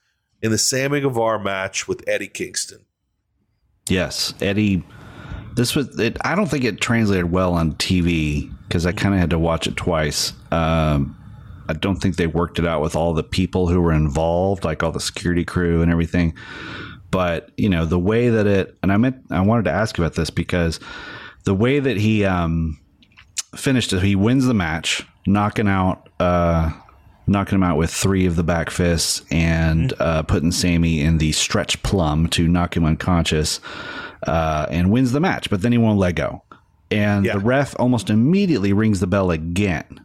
B: in the Sammy Guevara match with Eddie Kingston.
C: Yes, Eddie. This was. It, I don't think it translated well on TV because I kind of had to watch it twice. Um, I don't think they worked it out with all the people who were involved, like all the security crew and everything. But you know the way that it, and I meant I wanted to ask about this because the way that he um, finished it, he wins the match, knocking out, uh, knocking him out with three of the back fists, and uh, putting Sammy in the stretch plum to knock him unconscious, uh, and wins the match. But then he won't let go, and
B: Yeah.
C: the ref almost immediately rings the bell again.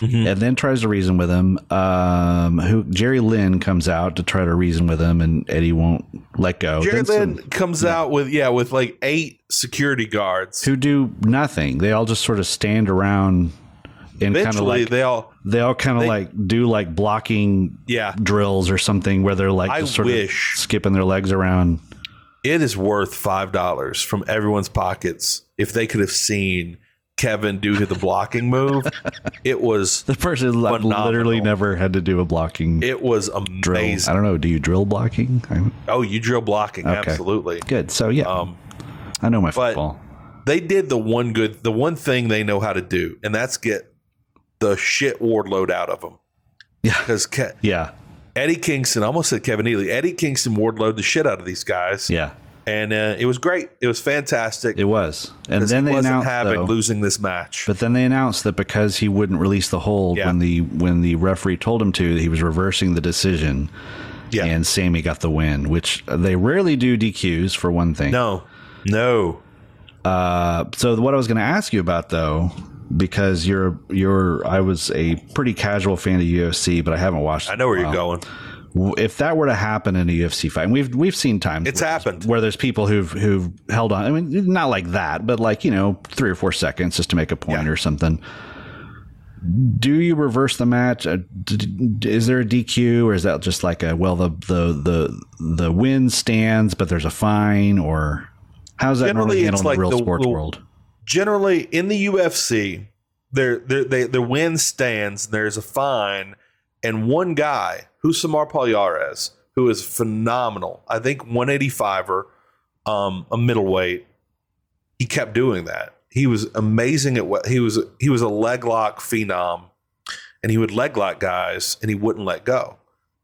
C: And then tries to reason with him. Um, who Jerry Lynn comes out to try to reason with him, and Eddie won't let go.
B: Jerry
C: Then some-
B: Lynn comes out with yeah with like eight security guards.
C: who do nothing. They all just sort of stand around and kind of
B: Eventually
C: like
B: they all
C: they all kind of like do like blocking
B: yeah.
C: drills or something where they're like
B: I
C: just sort
B: wish.
C: of skipping their legs around.
B: It is worth five dollars from everyone's pockets if they could have seen Kevin do the blocking move. It was
C: The person like,
B: Phenomenal.
C: literally never had to do a blocking
B: it was
C: drill.
B: amazing.
C: I don't know. Do you drill blocking? i
B: Oh, you drill blocking absolutely.
C: good. So yeah,
B: Um,
C: I know my
B: but-
C: football.
B: they did the one good the one thing they know how to do and that's get the shit Wardload out of them
C: Yeah,
B: because Ke-
C: yeah,
B: Eddie Kingston I almost said Kevin Neely Eddie Kingston Wardload the shit out of these guys
C: yeah.
B: and uh, it was great it was fantastic
C: It was, and
B: Because
C: then
B: he
C: they
B: wasn't
C: announced
B: having
C: though-
B: losing this match
C: But then they announced that because he wouldn't release the hold
B: Yeah.
C: when the when the referee told him to, that he was reversing the decision.
B: Yeah.
C: And Sammy got the win, which they rarely do DQs for one thing.
B: no no
C: Uh, so what I was going to ask you about though, because you're you're I was a pretty casual fan of UFC, but I haven't watched.
B: I know where you're going
C: W- If that were to happen in a UFC fight, and we've we've seen times
B: it's
C: where-
B: happened
C: where there's people who've who've held on. I mean, not like that, but like you know, three or four seconds just to make a point
B: Yeah.
C: or something. Do you reverse the match? Uh, d- d- Is there a DQ, or is that just like a well, the the the the win stands, but there's a fine, or how's that
B: Generally,
C: normally
B: it's
C: handled in
B: like
C: the real
B: the-
C: sports
B: the-
C: world?
B: generally in the UFC their their they, their win stands there's a fine and one guy Husamar Palyares who is phenomenal I think 185er um a middleweight he kept doing that he was amazing at what he was he was a leg lock phenom and he would leg lock guys and he wouldn't let go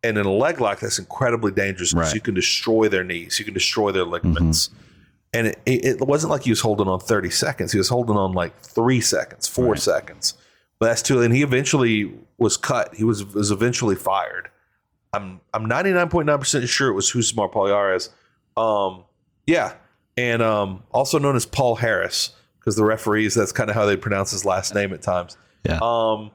B: and in a leg lock that's incredibly dangerous because
C: Right.
B: you can destroy their knees you can destroy their ligaments and it, it, it wasn't like he was holding on 30 seconds. He was holding on like three seconds, four
C: Right.
B: seconds. But that's too. And he eventually was cut. He was was eventually fired. I'm I'm 99.9 percent sure it was Husmar Palyares. Um, yeah, and um, also known as Paul Harris because the referees that's kind of how they pronounce his last name at times.
C: Yeah.
B: Um,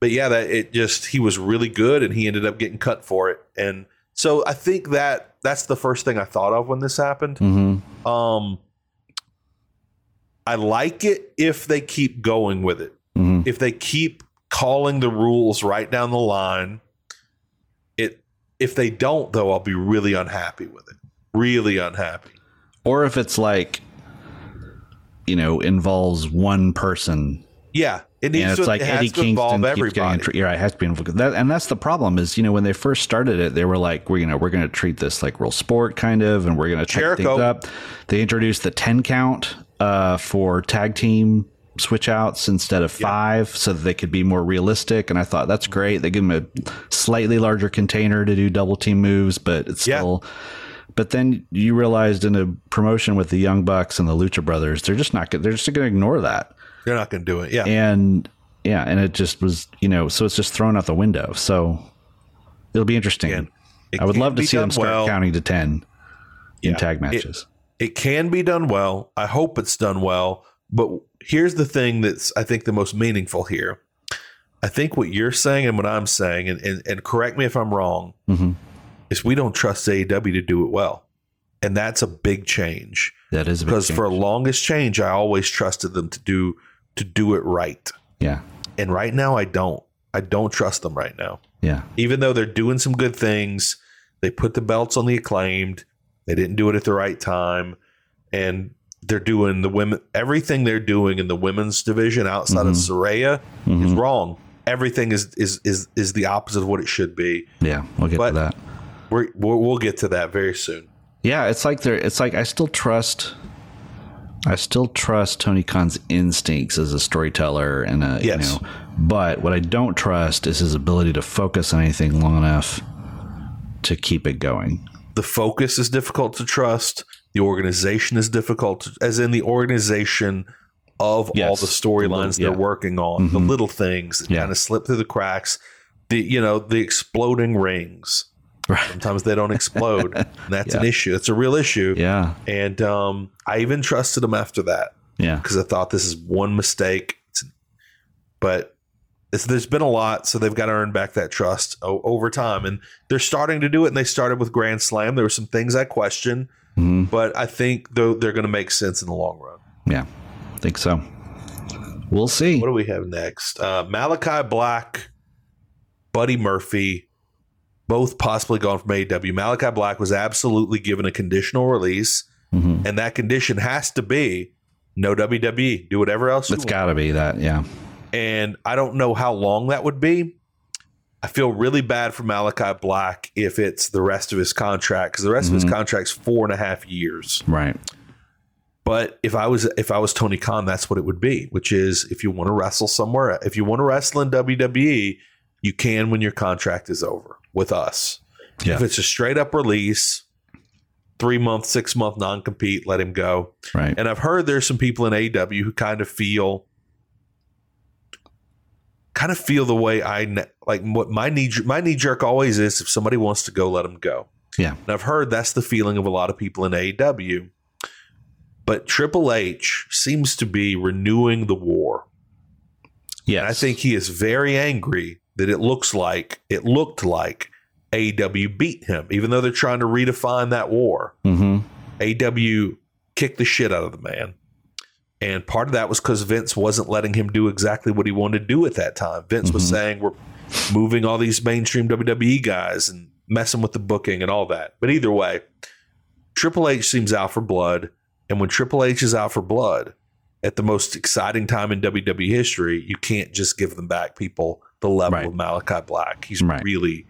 B: but yeah, that it just he was really good, and he ended up getting cut for it. And so I think that that's the first thing I thought of when this happened.
C: Mm-hmm.
B: Um, I like it if they keep going with it.
C: Mm-hmm.
B: If they keep calling the rules right down the line, it. If they don't, though, I'll be really unhappy with it. Really unhappy.
C: Or if it's like, you know, involves one person
B: Yeah, it needs
C: and
B: to.
C: it's like
B: it has
C: Eddie
B: to involve
C: Kingston keeps getting
B: everybody.
C: in tr- yeah, it has to be involved. That, and that's the problem is you know when they first started it, they were like we're you know we're going to treat this like real sport kind of, and we're going to check
B: Jericho.
C: things up. They introduced the ten count uh, for tag team switch outs instead of five, so that they could be more realistic. And I thought that's great. They give them a slightly larger container to do double team moves, but it's
B: Yeah.
C: still. But then you realized in a promotion with the Young Bucks and the Lucha Brothers, they're just not. gonna- They're just going to ignore that
B: They're not going to do it. Yeah,
C: and yeah, and it just was, you know, so it's just thrown out the window. So it'll be interesting.
B: Yeah. It
C: I would
B: can
C: love to
B: be
C: see them
B: done
C: start
B: well.
C: counting to ten in
B: Yeah.
C: tag matches.
B: it can be done well. I hope it's done well. But here's the thing that's I think the most meaningful here. I think what you're saying and what I'm saying, and, and, and correct me if I'm wrong,
C: Mhm.
B: is we don't trust AEW to do it well. And that's a big change.
C: That is a big
B: Because
C: change.
B: for longest change, I always trusted them to do to do it right.
C: yeah,
B: And right now I don't. I don't trust them right now
C: yeah,
B: even though they're doing some good things, they put the belts on the acclaimed. They didn't do it at the right time, and they're doing the women everything they're doing in the women's division outside of Soraya is
C: Mhm.
B: wrong. Everything is is is is the opposite of what it should be.
C: yeah. We'll get
B: But-
C: to that.
B: We're, we're, we'll get to that very soon.
C: Yeah, it's like they're. It's like I still trust. I still trust Tony Khan's instincts as a storyteller and a
B: Yes.
C: you know, but what I don't trust is his ability to focus on anything long enough to keep it going.
B: The focus is difficult to trust. The organization is difficult, to, as in the organization of all
C: Yes.
B: the storylines
C: The little-
B: they're
C: yeah.
B: working on, the
C: Mhm.
B: little things that
C: Yeah.
B: kind of slip through the cracks. The you know the exploding rings.
C: Right.
B: Sometimes they don't explode. And that's an
C: Yeah.
B: issue. It's a real issue.
C: Yeah.
B: And um, I even trusted them after that
C: Yeah.
B: because I thought this is one mistake. It's, but it's, there's been a lot, so they've got to earn back that trust o- over time. And they're starting to do it. And they started with Grand Slam. There were some things I question,
C: Mhm.
B: but I think though they're going to make sense in the long run.
C: Yeah, think so. We'll see.
B: What do we have next? Uh, Malachi Black, Buddy Murphy, both possibly gone from AEW. Malachi Black was absolutely given a conditional release,
C: Mhm.
B: and that condition has to be no WWE. Do whatever else you
C: It's
B: want.
C: got to be that. Yeah.
B: and I don't know how long that would be. I feel really bad for Malachi Black if it's the rest of his contract because the rest of his contract's four and a half years.
C: Right.
B: But if I was if I was Tony Khan, that's what it would be, which is if you want to wrestle somewhere, if you want to wrestle in WWE, you can when your contract is over with us.
C: Yeah.
B: If it's a straight up release, three month, six month non compete, let him go.
C: Right.
B: And I've heard there's some people in AEW who kind of feel kind of feel the way I ne- like what my knee my knee jerk always is if somebody wants to go let them go.
C: Yeah.
B: And I've heard that's the feeling of a lot of people in AEW. But Triple H seems to be renewing the war.
C: Yes.
B: And I think he is very angry that it looks like it looked like AEW beat him even though they're trying to redefine that war.
C: hmm
B: AW kicked the shit out of the man. And part of that was because Vince wasn't letting him do exactly what he wanted to do at that time. Vince was
C: Mhm.
B: saying, We're moving all these mainstream WWE guys and messing with the booking and all that. But either way, Triple H seems out for blood. And when Triple H is out for blood at the most exciting time in WWE history, you can't just give them back people the level
C: Right.
B: of Malachi Black. He's
C: Right.
B: really,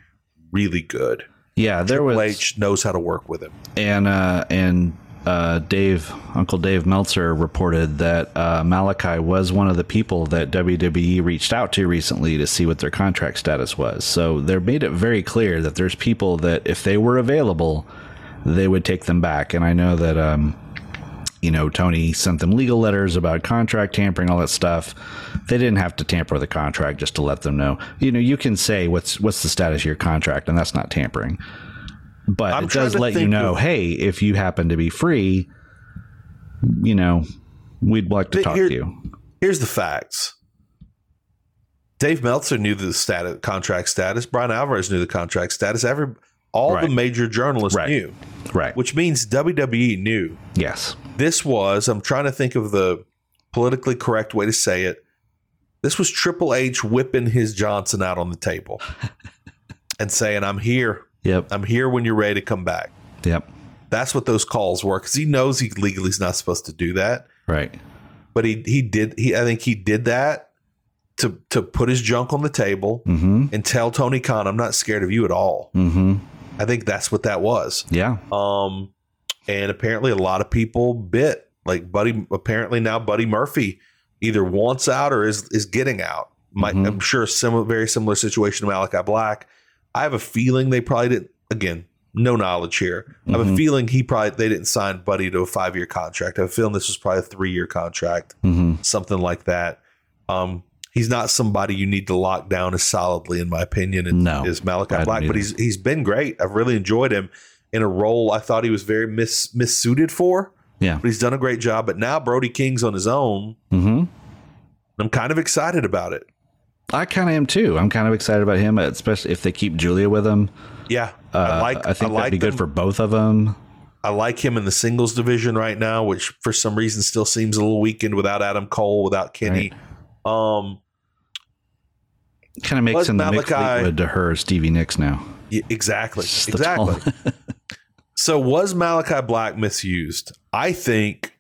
B: really good.
C: Yeah. There
B: Triple
C: was
B: H knows how to work with him.
C: and uh, and uh, Dave Uncle Dave Meltzer reported that uh, Malachi was one of the people that WWE reached out to recently to see what their contract status was. So they made it very clear that there's people that if they were available, they would take them back. And I know that um, you know, Tony sent them legal letters about contract tampering, all that stuff. They didn't have to tamper with the contract just to let them know. You know, you can say what's what's the status of your contract, and that's not tampering. But
B: I'm
C: it
B: trying
C: does
B: to
C: let you
B: think
C: know,
B: of-
C: hey, if you happen to be free, you know, we'd like to
B: Th-
C: talk
B: here-
C: to you.
B: Here's the facts. Dave Meltzer knew the status, contract status. Brian Alvarez knew the contract status. Every all
C: Right.
B: the major journalists
C: Right.
B: knew,
C: Right.
B: which means WWE knew.
C: yes.
B: This was I'm trying to think of the politically correct way to say it. This was Triple H whipping his Johnson out on the table and saying, "I'm here.
C: Yep.
B: I'm here when you're ready to come back."
C: Yep.
B: That's what those calls were because he knows he legally is not supposed to do that,
C: Right.
B: but he he did. He I think he did that to to put his junk on the table
C: Mm-hmm.
B: and tell Tony Khan, "I'm not scared of you at all."
C: Mm-hmm.
B: I think that's what that was.
C: Yeah.
B: Um, and apparently a lot of people bit like Buddy. Apparently now Buddy Murphy either wants out or is is getting out. My,
C: Mhm.
B: I'm sure similar, very similar situation to Malachi Black. I have a feeling they probably didn't. Again, no knowledge here. I have a
C: Mhm.
B: feeling he probably they didn't sign Buddy to a five year contract. I have a feeling this was probably a three year contract,
C: Mm-hmm.
B: something like that. Um, he's not somebody you need to lock down as solidly, in my opinion, and
C: No.
B: is Malachi
C: I
B: Black,
C: don't
B: but
C: either.
B: he's he's been great. I've really enjoyed him in a role I thought he was very mis missuited for.
C: Yeah.
B: But he's done a great job. But now Brody King's on his own.
C: Mm-hmm.
B: and I'm kind of excited about it.
C: I kind of am too. I'm kind of excited about him, especially if they keep Julia with him.
B: Yeah,
C: Uh,
B: I like. I,
C: I think
B: like
C: that'd be
B: them.
C: good for both of them.
B: I like him in the singles division right now, which for some reason still seems a little weakened without Adam Cole, without Kenny. Um,
C: Kind of makes
B: Plus
C: him the Nick
B: Malachi-
C: Fleetwood to her Stevie Nicks now.
B: y- exactly,
C: It's just that's all.
B: exactly. So was Malachi Black misused? I think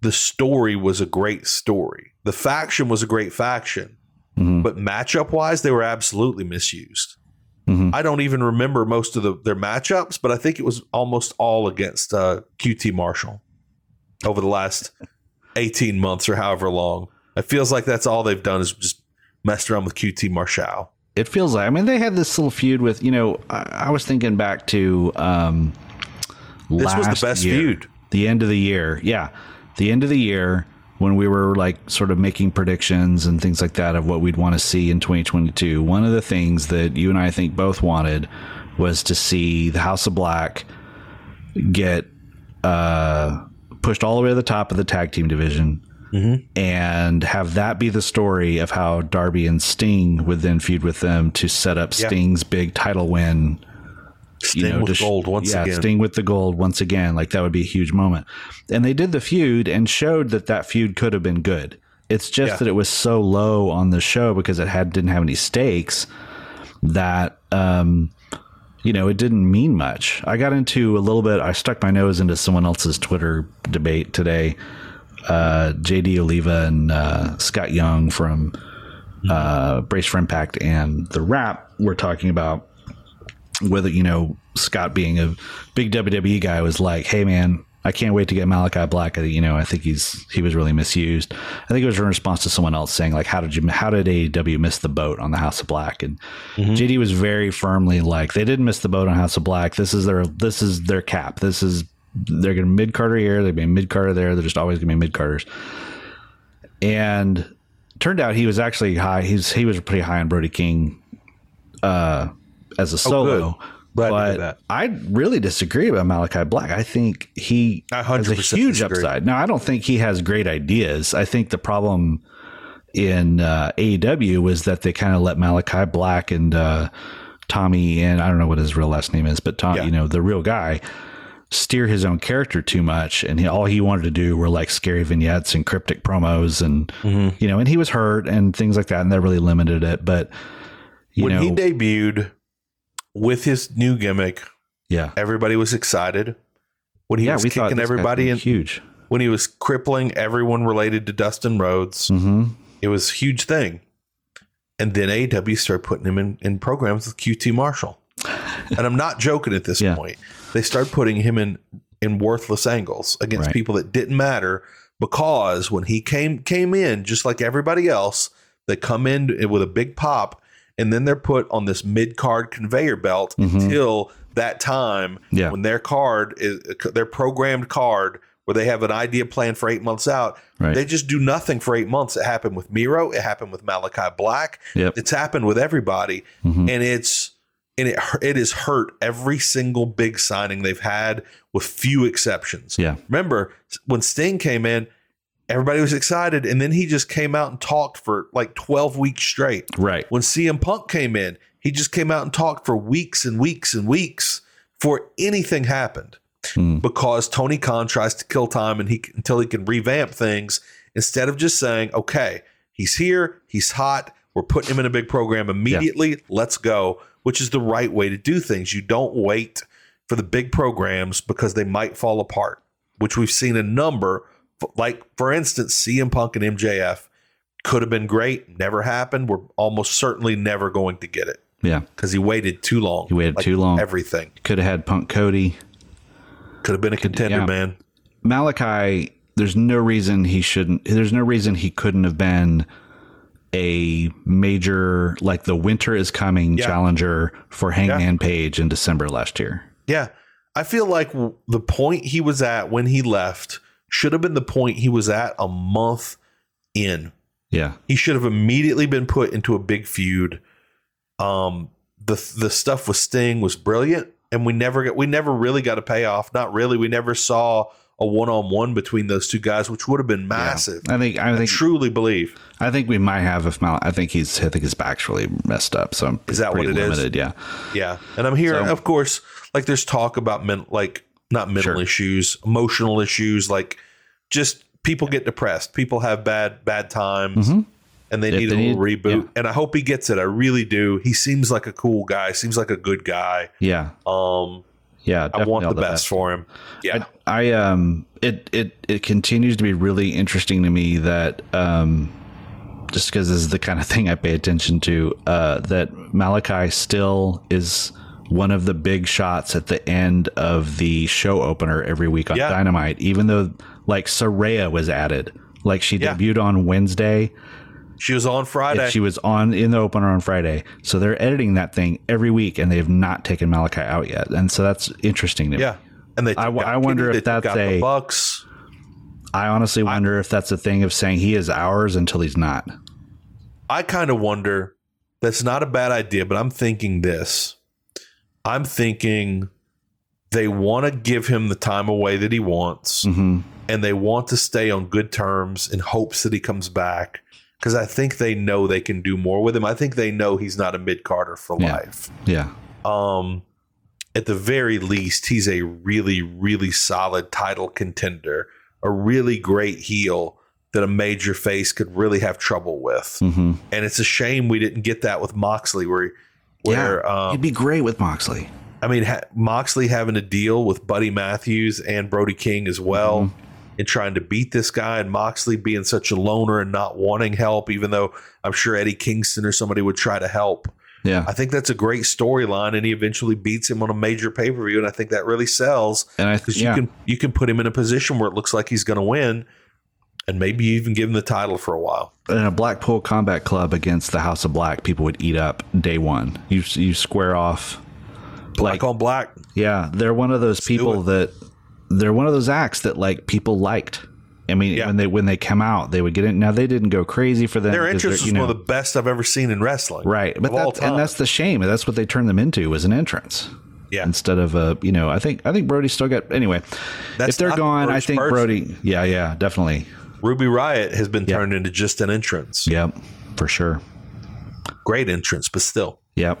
B: the story was a great story. The faction was a great faction,
C: Mhm.
B: but matchup wise, they were absolutely misused.
C: Mhm.
B: I don't even remember most of the, their matchups, but I think it was almost all against uh, QT Marshall over the last 18 months or however long. It feels like that's all they've done is just messed around with QT Marshall.
C: It feels like. I mean, they had this little feud with you know. I, I was thinking back to um,
B: This was
C: last
B: the best
C: year.
B: feud.
C: the end of the year. Yeah. The end of the year when we were like sort of making predictions and things like that of what we'd want to see in 2022. One of the things that you and I think both wanted was to see the House of Black get uh, pushed all the way to the top of the tag team division. And have that be the story of how Darby and Sting would then feud with them to set up
B: Yeah.
C: Sting's big title win
B: Sting
C: you know,
B: with
C: just-
B: gold once
C: yeah,
B: again.
C: Sting with the gold once again. Like that would be a huge moment. And they did the feud and showed that that feud could have been good. It's just
B: Yeah.
C: that it was so low on the show because it had didn't have any stakes that um, you know it didn't mean much. I got into a little bit. I stuck my nose into someone else's Twitter debate today. Uh, JD Oliva and uh, Scott Young from uh, Brace for Impact and the Rap were talking about whether you know Scott being a big WWE guy was like, hey man, I can't wait to get Malachi Black. I- You know, I think he's he was really misused. I think it was in response to someone else saying like, how did you how did AEW miss the boat on the House of Black? And JD was very firmly like, they didn't miss the boat on House of Black. This is their this is their cap. This is they're gonna mid Carter here. They're gonna be mid Carter there. They're just always gonna be mid Carters. And turned out he was actually high. He's he was pretty high on Brody King uh, as a solo.
B: Oh, Glad to hear
C: but
B: that.
C: I really disagree about Malachi Black. I think he
B: I
C: has a
B: 100%
C: huge
B: disagree.
C: upside. Now I don't think he has great ideas. I think the problem in uh, AEW was that they kind of let Malachi Black and uh, Tommy and I don't know what his real last name is, but Tom,
B: Yeah.
C: you know, the real guy steer his own character too much and he, all he wanted to do were like scary vignettes and cryptic promos and you know and he was hurt and things like that and that really limited it but you
B: when
C: know
B: he debuted with his new gimmick,
C: yeah
B: everybody was excited. When he
C: yeah
B: was
C: we thought
B: kicking
C: this
B: everybody
C: guy's
B: in,
C: huge
B: when he was crippling everyone related to Dustin Rhodes,
C: hmm
B: it was a huge thing. And then AEW started putting him in, in programs with QT Marshall. And I'm not joking at this
C: Yeah.
B: point. They started putting him in in worthless angles against
C: Right.
B: people that didn't matter because when he came came in, just like everybody else, they come in with a big pop and then they're put on this mid card conveyor belt
C: Mhm.
B: until that time
C: Yeah.
B: when their card is their programmed card where they have an idea plan for eight months out.
C: Right.
B: They just do nothing for eight months. It happened with Miro. It happened with Malachi Black.
C: Yep.
B: It's happened with everybody,
C: Mhm.
B: and it's and it it has hurt every single big signing they've had, with few exceptions.
C: Yeah.
B: Remember when Sting came in, everybody was excited, and then he just came out and talked for like twelve weeks straight.
C: Right.
B: When CM Punk came in, he just came out and talked for weeks and weeks and weeks before anything happened
C: Mm.
B: because Tony Khan tries to kill time and he until he can revamp things instead of just saying, "Okay, he's here, he's hot, we're putting him in a big program immediately. Let's go," which is the right way to do things. You don't wait for the big programs because they might fall apart, which we've seen a number like for instance, CM Punk and MJF could have been great, never happened. We're almost certainly never going to get it
C: Yeah.
B: because he waited too long.
C: He waited too long.
B: Everything
C: Could have had Punk Cody.
B: could have been a contender,
C: yeah.
B: man.
C: Malachi, there's no reason he shouldn't. There's no reason he couldn't have been a major, like the winter is coming
B: Yeah.
C: challenger for Hangman Page in December last year.
B: Yeah. I feel like w- the point he was at when he left should have been the point he was at a month in.
C: Yeah.
B: He should have immediately been put into a big feud. Um the the stuff with Sting was brilliant and we never got we never really got a payoff. Not really. We never saw a one-on-one between those two guys which would have been massive.
C: I think, I
B: I
C: think,
B: truly believe.
C: I think we might have if Mal. I think he's, I think his back's really messed up. So I'm
B: Is that
C: pretty
B: what it is?
C: limited. Yeah.
B: Yeah. And I'm hearing
C: So-
B: of course like there's talk about men like not mental
C: Sure.
B: issues, emotional issues, like just people get depressed. People have bad bad times and they
C: Mm-hmm.
B: need
C: If they
B: a little
C: need-
B: reboot.
C: yeah.
B: And I hope he gets it. I really do. He seems like a cool guy, seems like a good guy.
C: Yeah.
B: Um
C: Yeah.
B: I want
C: definitely all
B: the best, for him. Yeah.
C: I um it it it continues to be really interesting to me that um just because this is the kind of thing I pay attention to uh that Malachi still is one of the big shots at the end of the show opener every week on
B: Yeah.
C: Dynamite even though like Soraya was added like she
B: Yeah.
C: debuted on Wednesday
B: she was on Friday.
C: and she was on in the opener on Friday so they're editing that thing every week and they have not taken Malachi out yet and so that's interesting to me.
B: yeah. And they took
C: I w-
B: out
C: I wonder
B: Kitty,
C: if
B: they took
C: that's
B: out the
C: a-
B: Bucks.
C: I honestly wonder if that's a thing of saying he is ours until he's not.
B: I kind of wonder. That's not a bad idea, but I'm thinking this. I'm thinking they want to give him the time away that he wants,
C: Mm-hmm.
B: and they want to stay on good terms in hopes that he comes back. Because I think they know they can do more with him. I think they know he's not a mid Carter for
C: Yeah.
B: life.
C: Yeah.
B: Um, at the very least, he's a really, really solid title contender, a really great heel that a major face could really have trouble with
C: Mm-hmm.
B: and it's a shame we didn't get that with Moxley, where where
C: He'd
B: um,
C: be great with Moxley.
B: I mean ha- Moxley having to deal with Buddy Matthews and Brody King as well,
C: Mm-hmm.
B: and trying to beat this guy, and Moxley being such a loner and not wanting help, even though I'm sure Eddie Kingston or somebody would try to help.
C: Yeah.
B: I think that's a great storyline, and he eventually beats him on a major pay per view, and I think that really sells
C: And I
B: because
C: yeah.
B: you can you can put him in a position where it looks like he's going to win, and maybe you even give him the title for a while.
C: in a Blackpool Combat Club against the House of Black, people would eat up day one. You you square off.
B: Black on black,
C: Yeah, they're one of those people that they're one of those acts that like people liked. I mean,
B: Yeah.
C: when they when they come out, they would get in. Now they didn't go crazy for them.
B: their
C: because they're,
B: entrance
C: you
B: was
C: know,
B: one of the best I've ever seen in wrestling.
C: right, but
B: of all
C: that's and
B: time.
C: that's the shame. That's what they turned them into was an entrance.
B: Yeah,
C: instead of a you know I think I think Brody's still got anyway.
B: That's
C: if they're
B: not
C: gone, I
B: Brody's
C: think
B: person.
C: Brody. Yeah, yeah, definitely.
B: Ruby Riot has been turned into just an entrance.
C: Yep, for sure.
B: Great entrance, but still.
C: Yep.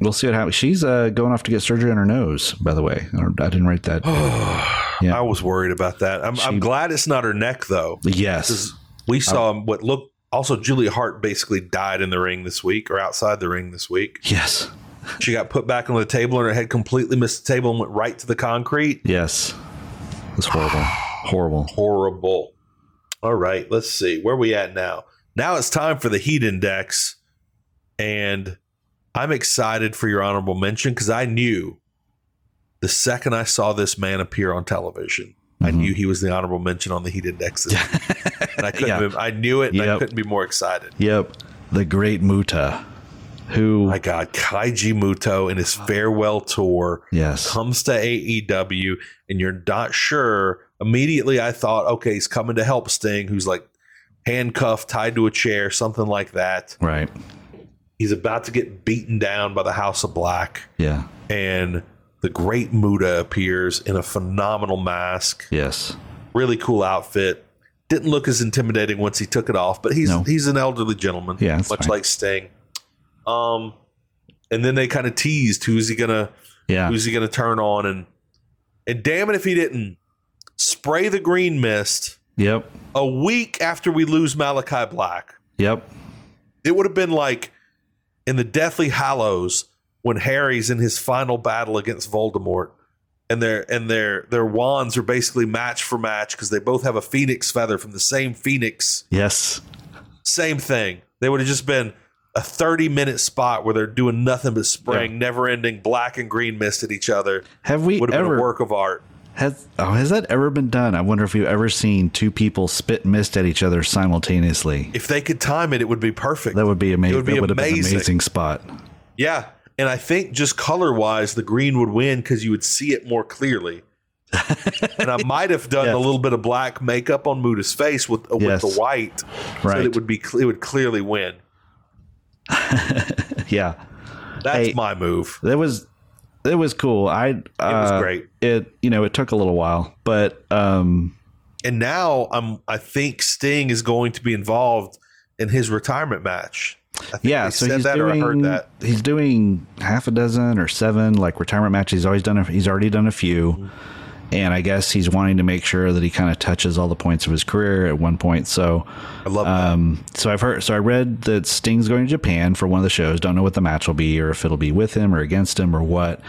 C: We'll see what happens. She's uh, going off to get surgery on her nose. By the way, I don't- I didn't write that. Yeah.
B: I was worried about that. I'm, I'm glad it's not her neck though.
C: yes.
B: We saw what looked. Also, Julia Hart basically died in the ring this week, or outside the ring this week.
C: Yes.
B: She got put back on the table, and her head completely missed the table and went right to the concrete.
C: Yes. That's horrible. horrible.
B: Horrible. All right, let's see where we at now. Now it's time for the heat index, and I'm excited for your honorable mention because I knew the second I saw this man appear on television, I
C: Mhm.
B: knew he was the honorable mention on the heat index, this week. and I couldn't.
C: Yeah.
B: be- I knew it. and I
C: Yep.
B: couldn't be more excited.
C: Yep. The Great Muta. who
B: My God, Kaiji Muto in his farewell tour
C: yes
B: comes to AEW and you're not sure, immediately I thought, okay, he's coming to help Sting, who's like handcuffed, tied to a chair, something like that.
C: right
B: He's about to get beaten down by the House of Black,
C: yeah
B: and the great Muda appears in a phenomenal mask,
C: yes
B: really cool outfit. Didn't look as intimidating once he took it off, but he's
C: No.
B: he's an elderly gentleman,
C: Yeah,
B: much
C: that's fine.
B: like Sting. Um, and then they kind of teased who's he gonna
C: yeah
B: who's he going to turn on and and damn it if he didn't spray the green mist
C: yep
B: a week after we lose malachi black
C: yep
B: it would have been like in the deathly hallows when harry's in his final battle against voldemort and their and their their wands are basically match for match because they both have a phoenix feather from the same phoenix
C: yes
B: same thing they would have just been a 30 minute spot where they're doing nothing but spraying never ending black and green mist at each other
C: have we
B: would have been a
C: ever
B: work of art
C: Has oh, has that ever been done? I wonder if you've ever seen two people spit mist at each other simultaneously.
B: If they could time it, it would be perfect.
C: That would be amazing.
B: It would be
C: that would have been an
B: amazing.
C: amazing spot.
B: yeah. And I think just color wise, the green would win because you would see it more clearly. and I might have done
C: Yes.
B: a little bit of black makeup on Muda's face with uh,
C: Yes.
B: with the white, so that
C: Right.
B: it would be cle- it would clearly win.
C: Yeah.
B: That's
C: Hey.
B: my move.
C: That was it was cool. I it
B: was great.
C: It you know, it took a little while, but um
B: And now I'm I think Sting is going to be involved in his retirement match. I think
C: yeah,
B: they
C: so
B: said
C: he's
B: that
C: doing
B: or I heard that.
C: he's doing half a dozen or seven like retirement matches. He's always done a, he's already done a few. And I guess he's wanting to make sure that he kind of touches all the points of his career at one point. So
B: I love that.
C: Um, so I've heard, so I read that Sting's going to Japan for one of the shows. Don't know what the match will be, or if it'll be with him or against him or what.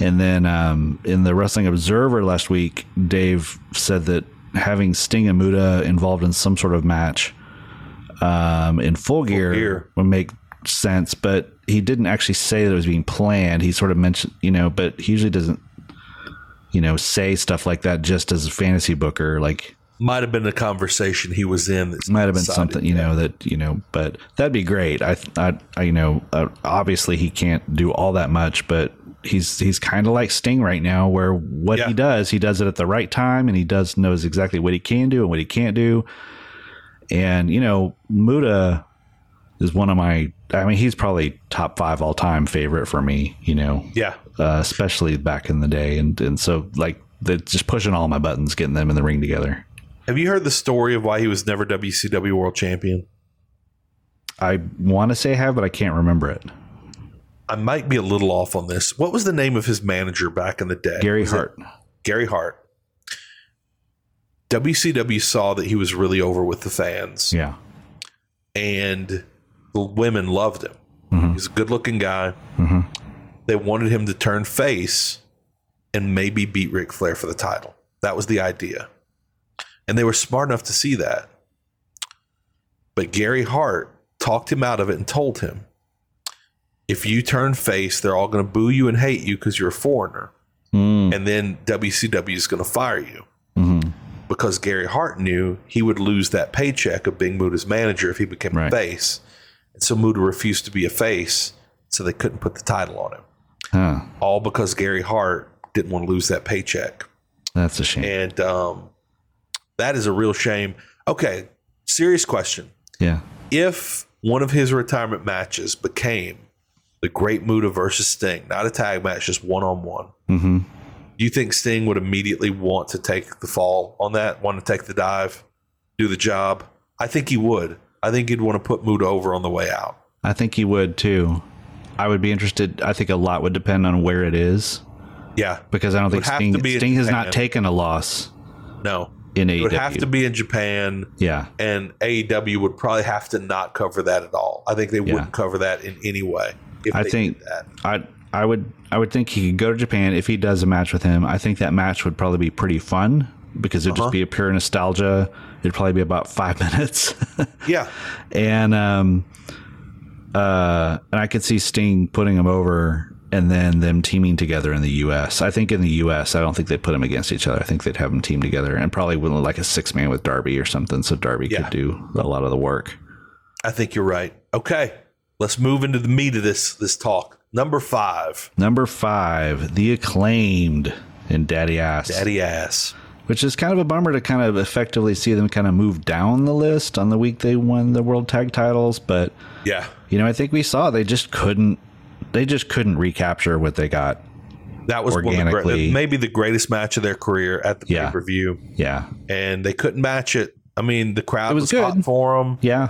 C: And then um, in the Wrestling Observer last week, Dave said that having Sting and Muda involved in some sort of match um, in full gear,
B: Gear.
C: would make sense. But he didn't actually say that it was being planned. He sort of mentioned, you know, but he usually doesn't, you know, say stuff like that just as a fantasy booker, like
B: Might have been a conversation he was in. That's
C: might have been
B: decided.
C: something you know that you know but that'd be great i i, I you know uh, obviously he can't do all that much but he's he's kind of like sting right now where what
B: Yeah.
C: he does he does it at the right time and he does knows exactly what he can do and what he can't do and you know muda is one of my i mean he's probably top five all time favorite for me you know
B: Yeah.
C: uh, especially back in the day and and so like they're just pushing all my buttons getting them in the ring together
B: Have you heard the story of why he was never WCW world champion?
C: i want to say I have but i can't remember it
B: I might be a little off on this. What was the name of his manager back in the day?
C: Gary
B: Was it
C: Hart.
B: Gary Hart. WCW saw that he was really over with the fans,
C: Yeah.
B: and the women loved him.
C: Mm-hmm.
B: He's a good-looking guy.
C: Mhm.
B: They wanted him to turn face and maybe beat Ric Flair for the title. That was the idea, and they were smart enough to see that. But Gary Hart talked him out of it and told him, "If you turn face, they're all going to boo you and hate you because you're a foreigner."
C: Mm.
B: and then WCW is going to fire you
C: Mhm.
B: because Gary Hart knew he would lose that paycheck of being Muda's manager if he became a
C: Right.
B: face. And so Muda refused to be a face, so they couldn't put the title on him.
C: Huh.
B: All because Gary Hart didn't want to lose that paycheck.
C: That's a shame.
B: And um, that is a real shame. Okay, serious question.
C: yeah.
B: If one of his retirement matches became the Great Muda versus Sting, not a tag match, just one on one,
C: Mm-hmm.
B: do you think Sting would immediately want to take the fall on that, want to take the dive, do the job? I think he would. I think he'd want to put Muda over on the way out.
C: I think he would too. I would be interested. I think a lot would depend on where it is
B: Yeah.
C: because I don't think
B: would have
C: Sting,
B: to be in
C: Sting has not
B: Japan.
C: taken a loss
B: No.
C: in
B: It
C: AEW.
B: would have to be in Japan,
C: yeah.
B: and AEW would probably have to not cover that at all. I think they wouldn't cover that in any way. If
C: I
B: they
C: think-
B: did that.
C: I I would I would think he could go to Japan if he does a match with him. I think that match would probably be pretty fun because it'd
B: Uh-huh.
C: just be a pure nostalgia. It'd probably be about five minutes.
B: Yeah.
C: and um uh and I could see Sting putting him over and then them teaming together in the US. I think in the US I don't think they put them against each other. I think they'd have them team together and probably with like a six man with Darby or something so Darby
B: Yeah.
C: could do a lot of the work.
B: I think you're right. Okay. let's move into the meat of this this talk. Number five,
C: Number five, the acclaimed in Daddy Ass,
B: Daddy Ass.
C: which is kind of a bummer to kind of effectively see them kind of move down the list on the week they won the World Tag Titles. But
B: Yeah,
C: you know, I think we saw they just couldn't, they just couldn't recapture what they got.
B: that was one of the great,
C: Organically.
B: maybe the greatest match of their career at the
C: Yeah.
B: pay per view,
C: Yeah,
B: and they couldn't match it. I mean, the crowd
C: It was
B: was, hot
C: good.
B: for them.
C: yeah,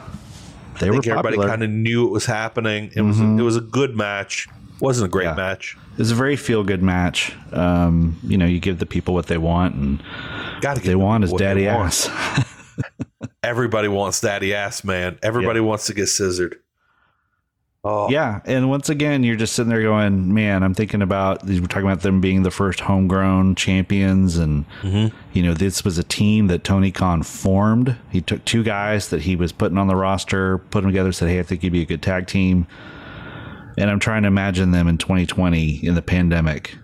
C: they
B: I
C: were
B: think everybody
C: popular. Mm-hmm.
B: kind of knew it was happening. It was it was a good match. wasn't a great
C: Yeah.
B: match.
C: it was a very feel good match. Um, you know, you give the people what they want, and
B: Got to
C: they want is Daddy Ass.
B: Everybody wants daddy ass, man. Everybody wants to get scissored. Oh,
C: Yeah, and once again, you're just sitting there going, "Man, I'm thinking about we're talking about them being the first homegrown champions, and you know this was a team that Tony Khan formed. He took two guys that he was putting on the roster, put them together, said, "Hey, I think you'd be a good tag team." And I'm trying to imagine them in 2020 in the pandemic,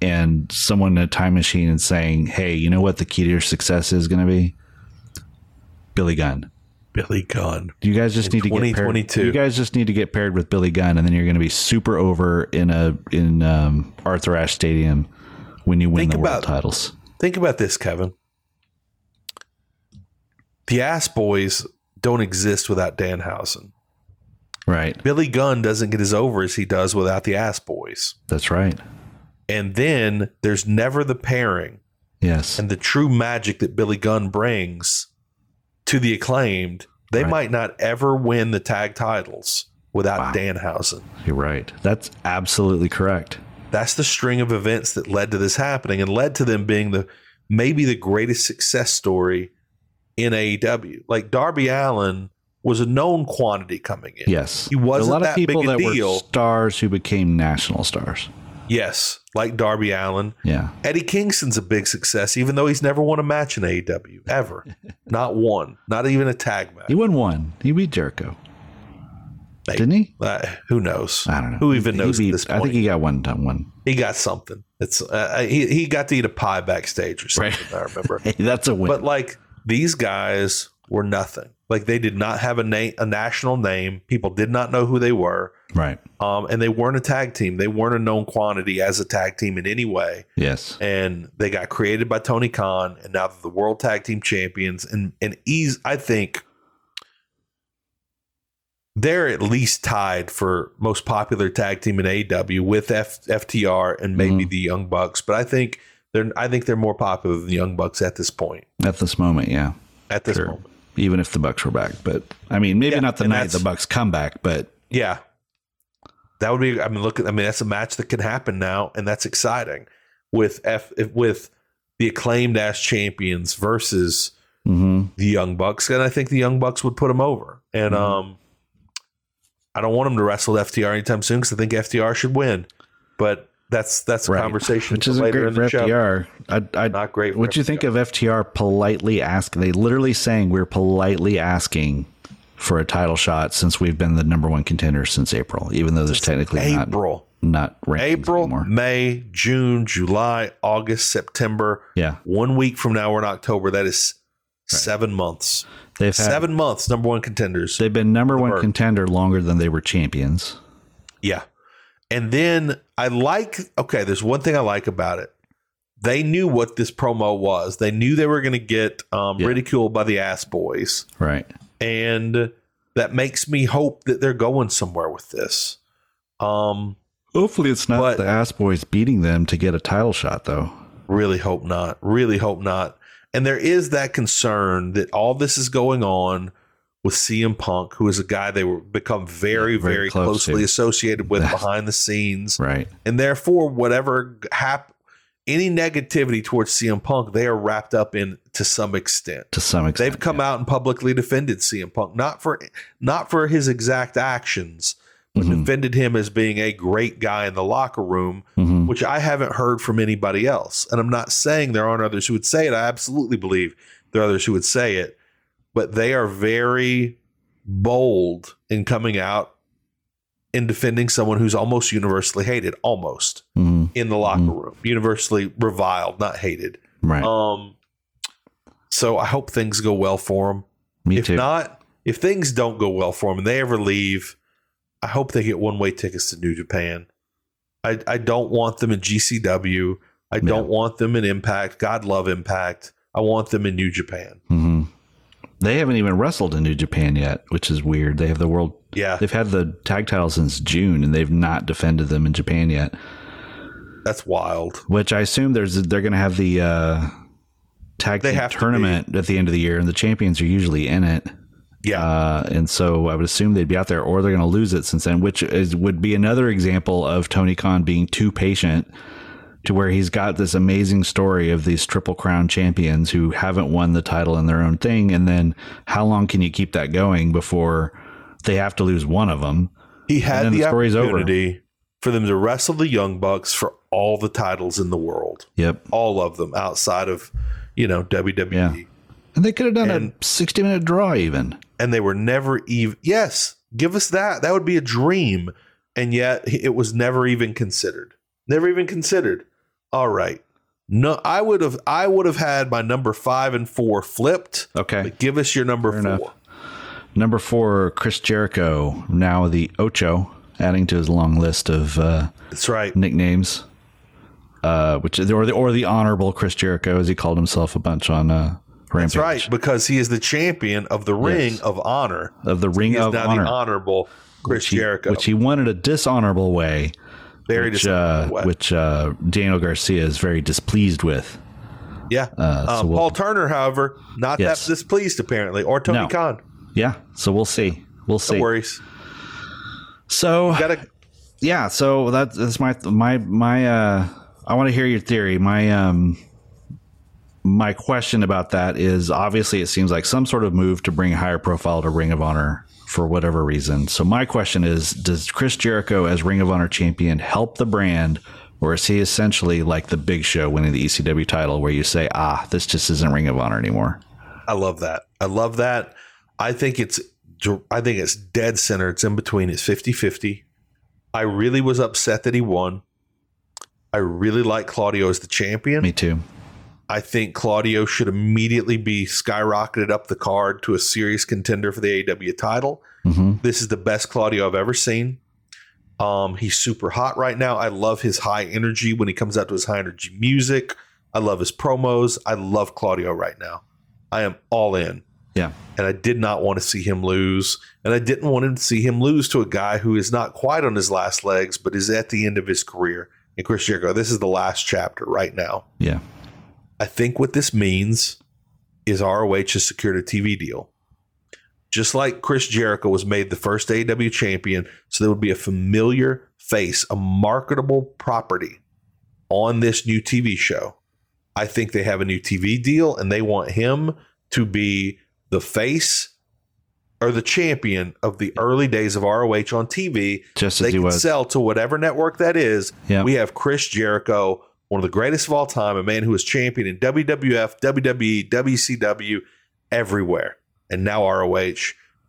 C: and someone in a time machine and saying, "Hey, you know what the key to your success is going to be? Billy Gunn."
B: Billy Gunn.
C: You guys just need to get paired.
B: 2022.
C: You guys just need to get paired with Billy Gunn, and then you're going to be super over in a in um, Arthur Ashe Stadium when you win
B: Think
C: the
B: about-
C: world titles.
B: Think about this, Kevin. The Ass Boys don't exist without Danhausen.
C: Right.
B: Billy Gunn doesn't get as over as he does without the Ass Boys.
C: That's right.
B: And then there's never the pairing
C: Yes.
B: and the true magic that Billy Gunn brings to the acclaimed, they
C: Right.
B: might not ever win the tag titles without
C: Wow.
B: Danhausen.
C: you're right. That's absolutely correct.
B: That's the string of events that led to this happening and led to them being the maybe the greatest success story in AEW. Like Darby Allen was a known quantity coming in.
C: Yes.
B: He wasn't
C: a lot
B: that
C: of people
B: big a
C: that
B: deal.
C: were stars who became national stars.
B: Yes, like Darby Allen.
C: Yeah.
B: Eddie Kingston's a big success, even though he's never won a match in AEW ever. not one, not even a tag match.
C: He won one. He beat Jericho.
B: Maybe.
C: Didn't he?
B: Uh, who knows?
C: I don't know.
B: Who even
C: He
B: knows
C: beat-
B: at this
C: I
B: point?
C: think
B: he,
C: he got one done one.
B: got something. It's uh, he he got to eat a pie backstage or something. I remember.
C: Hey, that's a win.
B: but like these guys were nothing. Like they did not have a name, a national name. People did not know who they were,
C: right.
B: um, and they weren't a tag team. They weren't a known quantity as a tag team in any way.
C: Yes.
B: And they got created by Tony Khan, and now they're the world tag team champions. And and ease, I think they're at least tied for most popular tag team in AEW with F- FTR and maybe the Young Bucks. But I think they're I think they're more popular than the Young Bucks at this point.
C: At this moment, yeah.
B: At this
C: Sure.
B: moment,
C: even if the Bucks were back. But I mean, maybe
B: Yeah,
C: not the
B: and
C: night
B: that's-
C: the Bucks come back, but
B: yeah, that would be. I mean, look. at- I mean, that's a match that can happen now, and that's exciting with F if- with the acclaimed as champions versus
C: mhm.
B: the Young Bucks, and I think the Young Bucks would put them over. And
C: Mhm.
B: um, I don't want them to wrestle FTR anytime soon because I think FTR should win. But that's that's a
C: Right.
B: conversation
C: which
B: for
C: isn't
B: later
C: great
B: in
C: for
B: the show.
C: FTR. I, I,
B: Not great. for
C: what you think of FTR politely asking? They literally saying we're politely asking for a title shot since we've been the number one contender since April, even though there's technically not
B: April,
C: not rankings
B: April,
C: anymore.
B: May, June, July, August, September.
C: Yeah,
B: One week from now, we're in October. That is seven months.
C: they've had,
B: Seven months, number one contenders.
C: they've been number one
B: bird.
C: contender longer than they were champions.
B: yeah. And then I like, okay, there's one thing I like about it. They knew what this promo was. They knew they were going to get um,
C: Yeah.
B: ridiculed by the ass boys.
C: Right.
B: And that makes me hope that they're going somewhere with this. Um,
C: Hopefully, it's not
B: But-
C: the Ass Boys beating them to get a title shot, though.
B: Really hope not. Really hope not. And there is that concern that all this is going on with CM Punk, who is a guy they were become very,
C: very
B: very,
C: close
B: closely
C: to.
B: associated with
C: That's-
B: behind the scenes,
C: Right.
B: and therefore whatever hap- any negativity towards CM Punk, they are wrapped up in to some extent.
C: To some extent,
B: They've come out and publicly defended CM Punk, not for not for his exact actions, but
C: Mhm.
B: defended him as being a great guy in the locker room
C: Mhm.
B: which I haven't heard from anybody else. And I'm not saying there aren't others who would say it. I absolutely believe there are others who would say it, but they are very bold in coming out in defending someone who's almost universally hated, almost
C: Mhm.
B: in the locker room, universally reviled, not hated.
C: Right.
B: Um, so I hope things go well for them.
C: Me
B: if
C: too.
B: not, if things don't go well for them and they ever leave, I hope they get one way tickets to New Japan. I, I don't want them in GCW. I
C: Yeah.
B: don't want them in Impact. God love Impact. I want them in New Japan.
C: hmm They haven't even wrestled in New Japan yet, which is weird. They have the world.
B: Yeah,
C: They've had the tag titles since June, and they've not defended them in Japan yet.
B: that's wild.
C: Which I assume there's they're going to have the uh, tag
B: They
C: team
B: have to be.
C: tournament at the end of the year, and the champions are usually in it.
B: Yeah,
C: Uh, and so I would assume they'd be out there, or they're going to lose it since then, which is, would be another example of Tony Khan being too patient to where he's got this amazing story of these Triple Crown champions who haven't won the title in their own thing. And then how long can you keep that going before they have to lose one of them?
B: he had
C: then
B: the,
C: the story's over.
B: opportunity for them to wrestle the Young Bucks for all the titles in the world,
C: Yep.
B: all of them outside of you know E. WWE,
C: Yeah. And they could have done
B: And-
C: a 60 minute draw, even.
B: and they were never even. Yes, give us that. That would be a dream, and yet it was never even considered. Never even considered. All right. No, I would have. I would have had my number five and four flipped.
C: Okay.
B: But give us your number four.
C: enough. Number four, Chris Jericho, now the Ocho, adding to his long list of uh,
B: That's right.
C: nicknames, uh, which or the or the honorable Chris Jericho, as he called himself a bunch on uh, Rampage.
B: That's right. Because he is the champion of the Ring
C: Yes.
B: of Honor.
C: Of the Ring
B: He is
C: of
B: now
C: Honor,
B: the honorable Chris
C: which he-
B: Jericho.
C: which he won in a dishonorable way,
B: very
C: which, uh,
B: disappointing.
C: which uh, Daniel Garcia is very displeased with.
B: yeah.
C: so
B: um,
C: we'll-
B: Paul Turner, however, not
C: uh, Yes.
B: that displeased apparently, or Tony
C: No.
B: Khan.
C: Yeah, so we'll see. We'll
B: No
C: see.
B: worries.
C: So
B: Got to
C: yeah, so that's, that's my my my. Uh, I want to hear your theory. My um, my question about that is obviously it seems like some sort of move to bring a higher profile to Ring of Honor for whatever reason. So my question is, does Chris Jericho as Ring of Honor champion help the brand, or is he essentially like the Big Show winning the ECW title, where you say, ah, this just isn't Ring of Honor anymore?
B: I love that. I love that. I think it's I think it's dead center. It's in between. It's 50-50. I really was upset that he won. I really like Claudio as the champion.
C: Me too.
B: I think Claudio should immediately be skyrocketed up the card to a serious contender for the AEW title.
C: hmm
B: This is the best Claudio I've ever seen. Um, he's super hot right now. I love his high energy when he comes out to his high energy music. I love his promos. I love Claudio right now. I am all in.
C: Yeah.
B: And I did not want to see him lose. And I didn't want him to see him lose to a guy who is not quite on his last legs, but is at the end of his career. And Chris Jericho, this is the last chapter right now.
C: Yeah.
B: I think what this means is ROH has secured a TV deal. Just like Chris Jericho was made the first AEW champion, so there would be a familiar face, a marketable property on this new TV show. I think they have a new TV deal and they want him to be the face or the champion of the early days of ROH on TV.
C: Just
B: They
C: as he
B: can
C: was.
B: sell to whatever network that is
C: yeah.
B: we have Chris Jericho, one of the greatest of all time, a man who was champion in WWF, WWE, WCW, everywhere, and now ROH.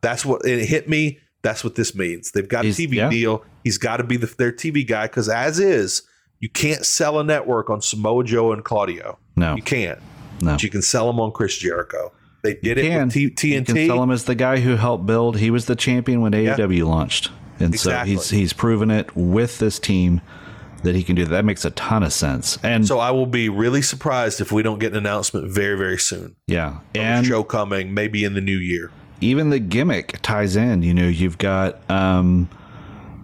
B: That's what and it hit me. That's what this means. They've got
C: He's-
B: a TV
C: yeah.
B: deal. He's got to be the, their TV guy because, as is, you can't sell a network on Samoa Joe and Claudio.
C: no.
B: You can't.
C: No.
B: But you can sell them on Chris Jericho. They did it
C: can.
B: with T- TNT.
C: You can sell him as the guy who helped build. He was the champion when AEW launched, and
B: Exactly.
C: so he's he's proven it with this team that he can do that. That makes a ton of sense. And
B: so I will be really surprised if we don't get an announcement very, very soon.
C: yeah,
B: And
C: and
B: show coming maybe in the new year.
C: even the gimmick ties in. You know, you've got um,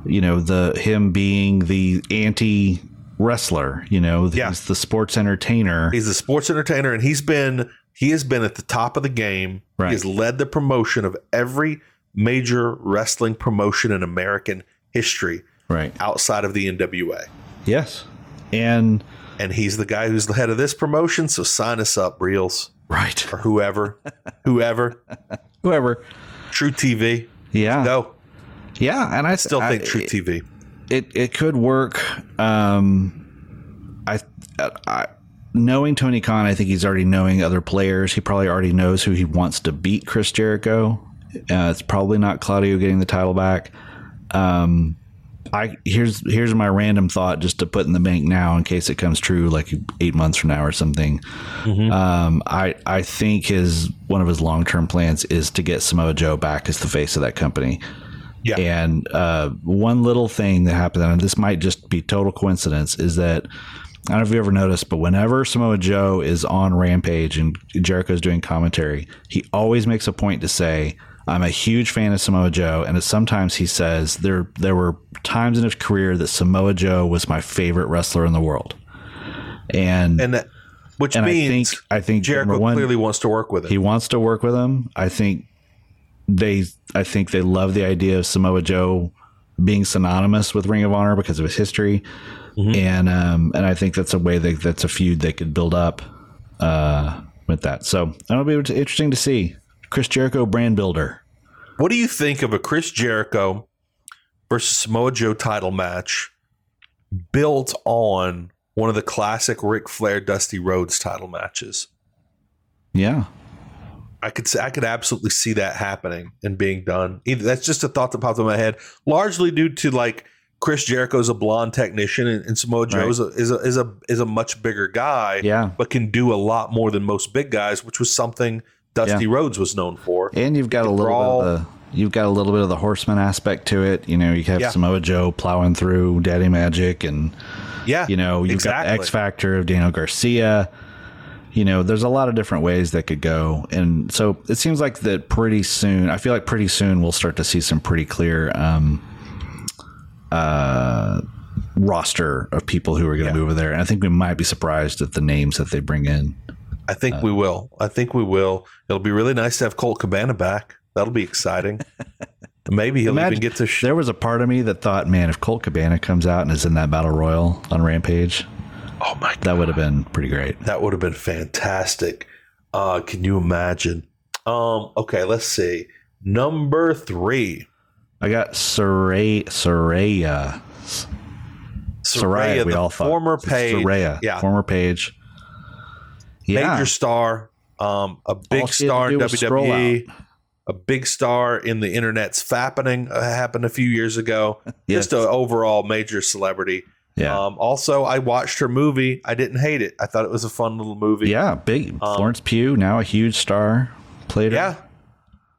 C: you know the him being the anti wrestler. You know,
B: Yeah.
C: he's the sports entertainer.
B: He's a sports entertainer, and he's been he has been at the top of the game.
C: Right.
B: He has led the promotion of every major wrestling promotion in American history
C: right.
B: outside of the NWA.
C: Yes. And
B: And he's the guy who's the head of this promotion. So sign us up, Reels
C: right,
B: or whoever, whoever,
C: whoever.
B: True TV.
C: Yeah.
B: No,
C: Yeah. And I
B: still think
C: I-
B: True TV.
C: it it could work. Um, I, I knowing Tony Khan, I think he's already knowing other players. He probably already knows who he wants to beat Chris Jericho. Uh, it's probably not Claudio getting the title back. Um, I here's here's my random thought just to put in the bank now in case it comes true like eight months from now or something. Um, I I think his one of his long term plans is to get Samoa Joe back as the face of that company.
B: Yeah.
C: And uh, one little thing that happened, and this might just be total coincidence, is that I don't know if you ever noticed, but whenever Samoa Joe is on Rampage and Jericho's doing commentary, he always makes a point to say, I'm a huge fan of Samoa Joe, and sometimes he says there there were times in his career that Samoa Joe was my favorite wrestler in the world, and
B: and that, which
C: and I think
B: means
C: I think
B: Jericho
C: number one,
B: clearly wants to work with it.
C: he wants to work with him. I think they I think they love the idea of Samoa Joe being synonymous with Ring of Honor because of his history. And um and I think that's a way that that's a feud they could build up uh with that. So that'll be interesting to see. Chris Jericho brand builder.
B: What do you think of a Chris Jericho versus Samoa Joe title match built on one of the classic Ric Flair Dusty Rhodes title matches?
C: Yeah.
B: I could say, I could absolutely see that happening and being done. Either, that's just a thought that popped in my head, largely due to like Chris Jericho's a blonde technician and, and Samoa Joe
C: Right.
B: is, a, is a is a is a much bigger guy,
C: Yeah.
B: but can do a lot more than most big guys, which was something Dusty Rhodes was known for.
C: And you've got a little
B: brawl.
C: bit of the you've got a little bit of the horseman aspect to it. You know, you have
B: Yeah.
C: Samoa Joe plowing through Daddy Magic and
B: Yeah,
C: you know, you've got the X Factor of Daniel Garcia. You know, there's a lot of different ways that could go. And so it seems like that pretty soon, I feel like pretty soon we'll start to see some pretty clear um, uh, roster of people who are going to move over there. And I think we might be surprised at the names that they bring in.
B: I think
C: Uh.
B: we will. I think we will. It'll be really nice to have Colt Cabana back. That'll be exciting. Maybe he'll
C: Imagine-
B: even get to. Sh-
C: There was a part of me that thought, man, if Colt Cabana comes out and is in that battle royal on Rampage,
B: oh my god,
C: that would have been pretty great.
B: that would have been fantastic. Uh, can you imagine? Um, okay, let's see. Number three,
C: I got Saraya. Saraya. Soraya, we
B: the
C: all thought.
B: former
C: It's
B: page,
C: Soraya,
B: yeah.
C: former page. Yeah,
B: major star, um, a big
C: she had to
B: star in
C: do was scroll
B: WWE, a big star in the internet's fappening uh, happened a few years ago.
C: Yes.
B: Just an overall major celebrity.
C: yeah,
B: Um, also, I watched her movie. I didn't hate it. I thought it was a fun little movie. Um,
C: yeah. Big Florence Pugh, now a huge star. Played her.
B: Yeah.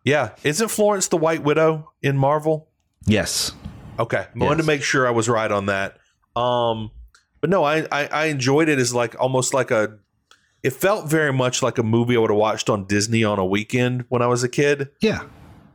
B: Yeah. Isn't Florence the White Widow in Marvel?
C: Yes.
B: Okay. I wanted
C: Yes.
B: to make sure I was right on that. Um, but no, I, I, I enjoyed it as like almost like a, it felt very much like a movie I would have watched on Disney on a weekend when I was a kid.
C: Yeah.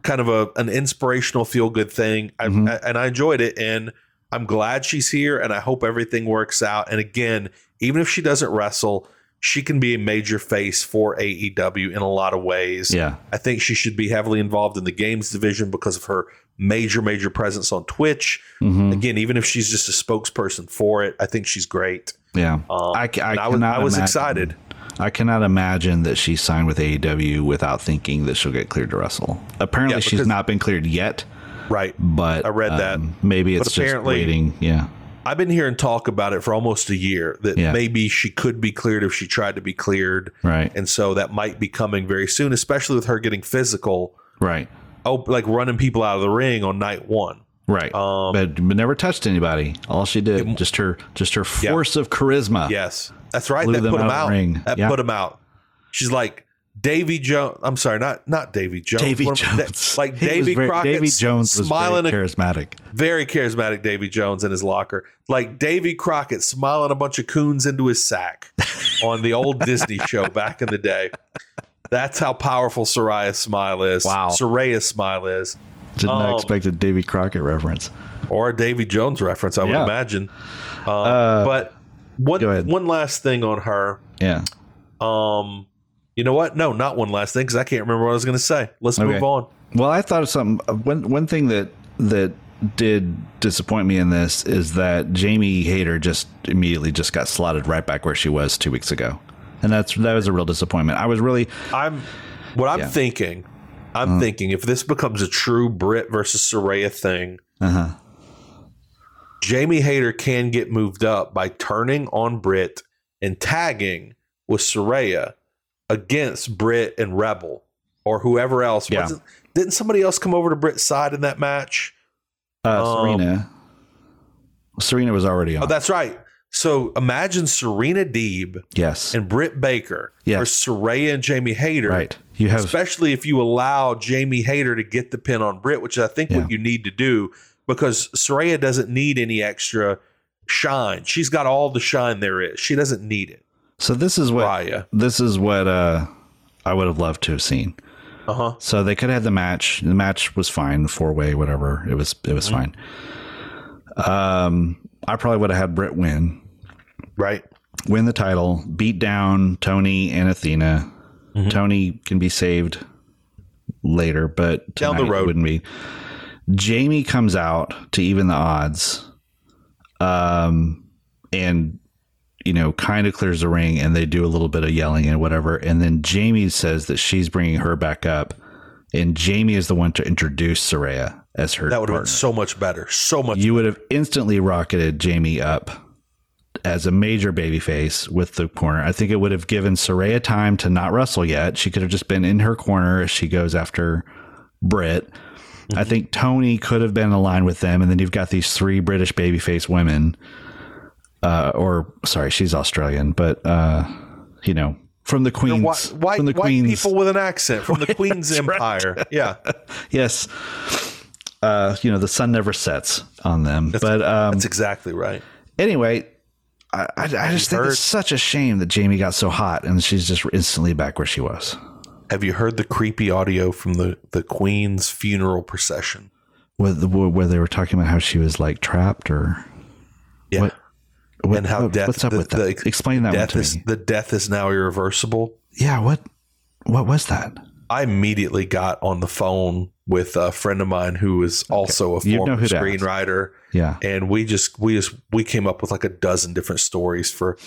B: kind of a an inspirational feel good thing. I,
C: Mm-hmm.
B: I, and I enjoyed it, and I'm glad she's here, and I hope everything works out. And again, even if she doesn't wrestle, she can be a major face for AEW in a lot of ways.
C: Yeah.
B: I think she should be heavily involved in the games division because of her major, major presence on Twitch.
C: Mhm.
B: Again, even if she's just a spokesperson for it, I think she's great.
C: Yeah.
B: Um,
C: I, ca- I,
B: and I was,
C: cannot
B: I was
C: imagine-
B: excited.
C: I cannot imagine that she signed with AEW without thinking that she'll get cleared to wrestle. Apparently,
B: Yeah,
C: she's
B: because-
C: not been cleared yet,
B: Right.
C: but um,
B: I read that.
C: Maybe
B: But
C: it's just
B: apparently-
C: waiting. Yeah.
B: I've been hearing talk about it for almost a year that
C: Yeah.
B: maybe she could be cleared if she tried to be cleared.
C: Right.
B: And so that might be coming very soon, especially with her getting physical,
C: Right.
B: oh, like running people out of the ring on night one.
C: Right.
B: Um,
C: but, but never touched anybody. All she did just her just her
B: Yeah.
C: force of charisma.
B: Yes, that's right.
C: Blew
B: that
C: them
B: put
C: out
B: him
C: of the
B: out.
C: ring.
B: That
C: Yeah.
B: put him out. She's like Davy Jones. I'm sorry, not not Davy Jones.
C: Davy
B: What am I-
C: Jones.
B: Da- like
C: He was
B: Davy
C: very-
B: Crockett.
C: Davy Jones was
B: smiling.
C: very
B: a-
C: charismatic.
B: very charismatic Davy Jones in his locker, like Davy Crockett smiling a bunch of coons into his sack on the old Disney show back in the day. That's how powerful Soraya's smile is.
C: Wow.
B: Soraya's smile is.
C: Did not
B: Um,
C: expect a Davy Crockett reference.
B: Or a Davy Jones reference, I would
C: Yeah.
B: imagine. Uh,
C: Uh,
B: but
C: go ahead.
B: one, one last thing on her.
C: Yeah.
B: Um, you know what? No, not one last thing because I can't remember what I was going to say. Let's
C: Okay.
B: move on.
C: Well, I thought of something. uh, One one thing that that did disappoint me in this is that Jamie Hayter just immediately just got slotted right back where she was two weeks ago, and that's that was a real disappointment. I was really
B: I'm what I'm
C: Yeah. Mm.
B: thinking. I'm thinking if this becomes a true Brit versus Soraya thing,
C: uh-huh.
B: Jamie Hayter can get moved up by turning on Britt and tagging with Soraya against Britt and Rebel or whoever else.
C: Yeah.
B: Wasn't- Didn't somebody else come over to Britt's side in that match?
C: uh,
B: Um,
C: Serena. Serena was already on.
B: Oh, that's right. So imagine Serena Deeb
C: yes.
B: and Britt Baker
C: Yes.
B: or Soraya and Jamie Hayter
C: Right. You have
B: especially if you allow Jamie Hayter to get the pin on Britt, which I think
C: Yeah.
B: what you need to do because Soraya doesn't need any extra shine. She's got all the shine there is. She doesn't need it.
C: so this is what
B: Raya.
C: this is what uh, I would have loved to have seen.
B: Uh huh.
C: So they could have had the match. The match was fine, four way, whatever. It was it was fine. Um, I probably would have had Britt win,
B: Right.
C: win the title, beat down Tony and Athena.
B: Mm-hmm.
C: Tony can be saved later, but
B: Down the
C: tonight
B: road.
C: wouldn't be. Jamie comes out to even the odds, um, and you know, kind of clears the ring, and they do a little bit of yelling and whatever, and then Jamie says that she's bringing her back up, and Jamie is the one to introduce Soraya as her
B: That would have been
C: partner.
B: so much better. So much.
C: You would have instantly rocketed Jamie up as a major babyface with the corner. I think it would have given Soraya time to not wrestle yet. She could have just been in her corner as she goes after Britt. I think Tony could have been aligned with them, and then you've got these three British babyface women. Uh, or sorry, she's Australian, but uh, you know, from the Queens,
B: Whi- white,
C: from the
B: white
C: Queens,
B: people with an accent from the Queen's Empire. Yeah.
C: yes. Uh, you know, the sun never sets on them, but um,
B: That's exactly right.
C: anyway, I, I, I just think
B: heard-
C: it's such a shame that Jamie got so hot and she's just instantly back where she was.
B: Have you heard the creepy audio from the, the Queen's funeral procession?
C: Where, the, where they were talking about how she was like trapped or
B: Yeah.
C: What- what,
B: and how
C: what-
B: death
C: what's up
B: the-
C: with that?
B: the-
C: Explain that one
B: death
C: to
B: is
C: me.
B: the death is now irreversible.
C: Yeah, what what was that?
B: I immediately got on the phone with a friend of mine who is also
C: You
B: a
C: know
B: former
C: who to ask.
B: screenwriter,
C: Yeah,
B: and we just we just we came up with like a dozen different stories for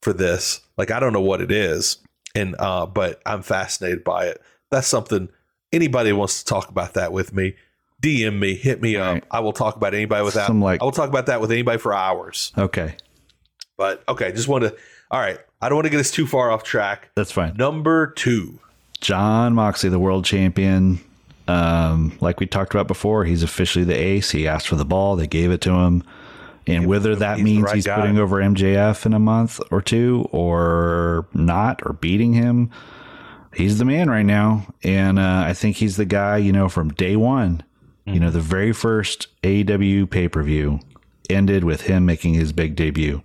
B: for this. Like I don't know what it is, and uh, but I'm fascinated by it. That's something anybody wants to talk about that with me. DM me, hit me
C: Right.
B: up. I will talk about anybody with that.
C: Some, like-
B: I will talk about that with anybody for hours.
C: okay,
B: But okay, just want to. All right, I don't want to get us too far off track.
C: that's fine.
B: Number two.
C: John Moxley, the world champion. Um, like we talked about before, he's officially the ace. He asked for the ball, they gave it to him. And whether that
B: he's the
C: means
B: right
C: he's
B: guy.
C: putting over MJF in a month or two or not, or beating him, he's the man right now. And uh, I think he's the guy, you know, from day one,
B: Mm.
C: you know, the very first AEW pay per view ended with him making his big debut.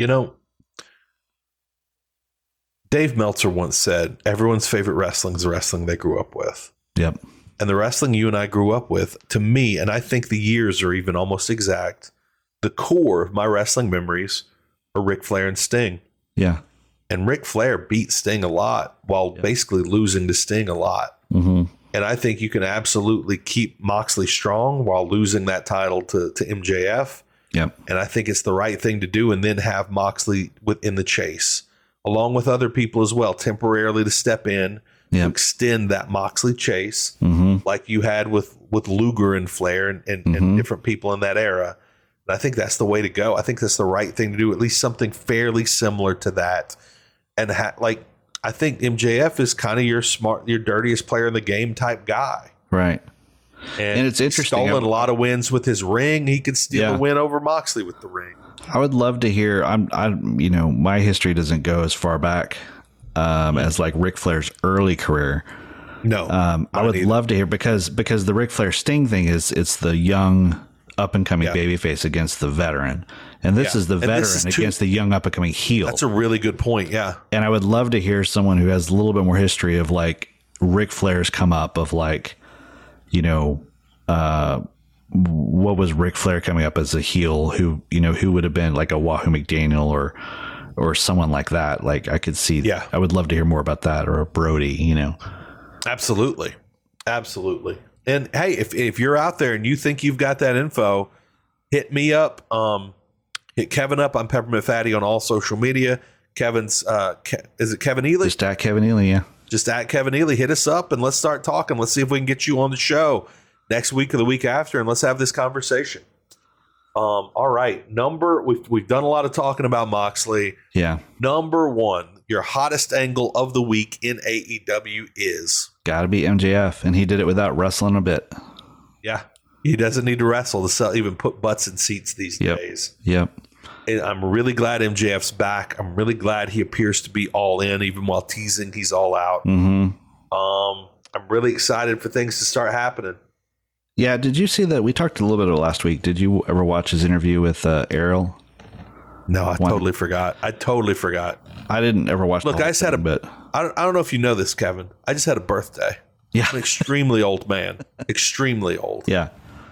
B: You know, Dave Meltzer once said, everyone's favorite wrestling is the wrestling they grew up with.
C: Yep.
B: And the wrestling you and I grew up with, to me, and I think the years are even almost exact, the core of my wrestling memories are Ric Flair and Sting.
C: Yeah.
B: And Ric Flair beat Sting a lot while basically losing to Sting a lot.
C: hmm
B: And I think you can absolutely keep Moxley strong while losing that title to, to MJF.
C: Yep.
B: and I think it's the right thing to do, and then have Moxley within the chase, along with other people as well, temporarily to step in
C: Yeah.
B: to extend that Moxley chase,
C: hmm
B: like you had with with Luger and Flair and and,
C: Mhm.
B: and different people in that era. And I think that's the way to go. I think that's the right thing to do. At least something fairly similar to that, and ha- like I think MJF is kind of your smart, your dirtiest player in the game type guy.
C: Right.
B: And,
C: it's interesting.
B: Stolen a lot of wins with his ring. He could steal
C: Yeah.
B: a win over Moxley with the ring.
C: I would love to hear. I'm, I, you know, my history doesn't go as far back um, as like Ric Flair's early career.
B: No,
C: Um, I would love to hear because because the Ric Flair Sting thing is it's the young up and coming babyface against the veteran, and this
B: Yeah.
C: is the
B: And
C: veteran
B: this is two-
C: against the young up and coming heel.
B: That's a really good point. Yeah.
C: and I would love to hear someone who has a little bit more history of like Ric Flair's come up of like, you know, uh, what was Ric Flair coming up as a heel who, you know, who would have been like a Wahoo McDaniel or, or someone like that. Like I could see,
B: Yeah.
C: I would love to hear more about that or a Brody, you know,
B: Absolutely. Absolutely. And hey, if, if you're out there and you think you've got that info, hit me up. Um, hit Kevin up. I'm Peppermint Fatty on all social media. Kevin's, uh, Ke- is it Kevin Ely? Just,
C: just at Kevin Ely. Yeah.
B: at Kevin Ely. Hit us up and let's start talking. Let's see if we can get you on the show next week or the week after and let's have this conversation. Um, all right. Number, we've, we've done a lot of talking about Moxley.
C: Yeah.
B: Number one, your hottest angle of the week in AEW is.
C: Gotta be MJF. And he did it without wrestling a bit.
B: Yeah. He doesn't need to wrestle to sell, even put butts in seats these
C: Yep.
B: days.
C: Yep.
B: And I'm really glad MJF's back. I'm really glad he appears to be all in, even while teasing he's all out.
C: hmm
B: Um, I'm really excited for things to start happening.
C: Yeah, did you see that? We talked a little bit of it last week. Did you ever watch his interview with uh, Errol?
B: No, I One. totally forgot. I totally forgot.
C: I didn't ever watch.
B: Look, I just had a
C: thing, but
B: I don't, I don't know if you know this, Kevin. I just had a birthday.
C: Yeah.
B: I'm an extremely old man. Extremely old.
C: yeah,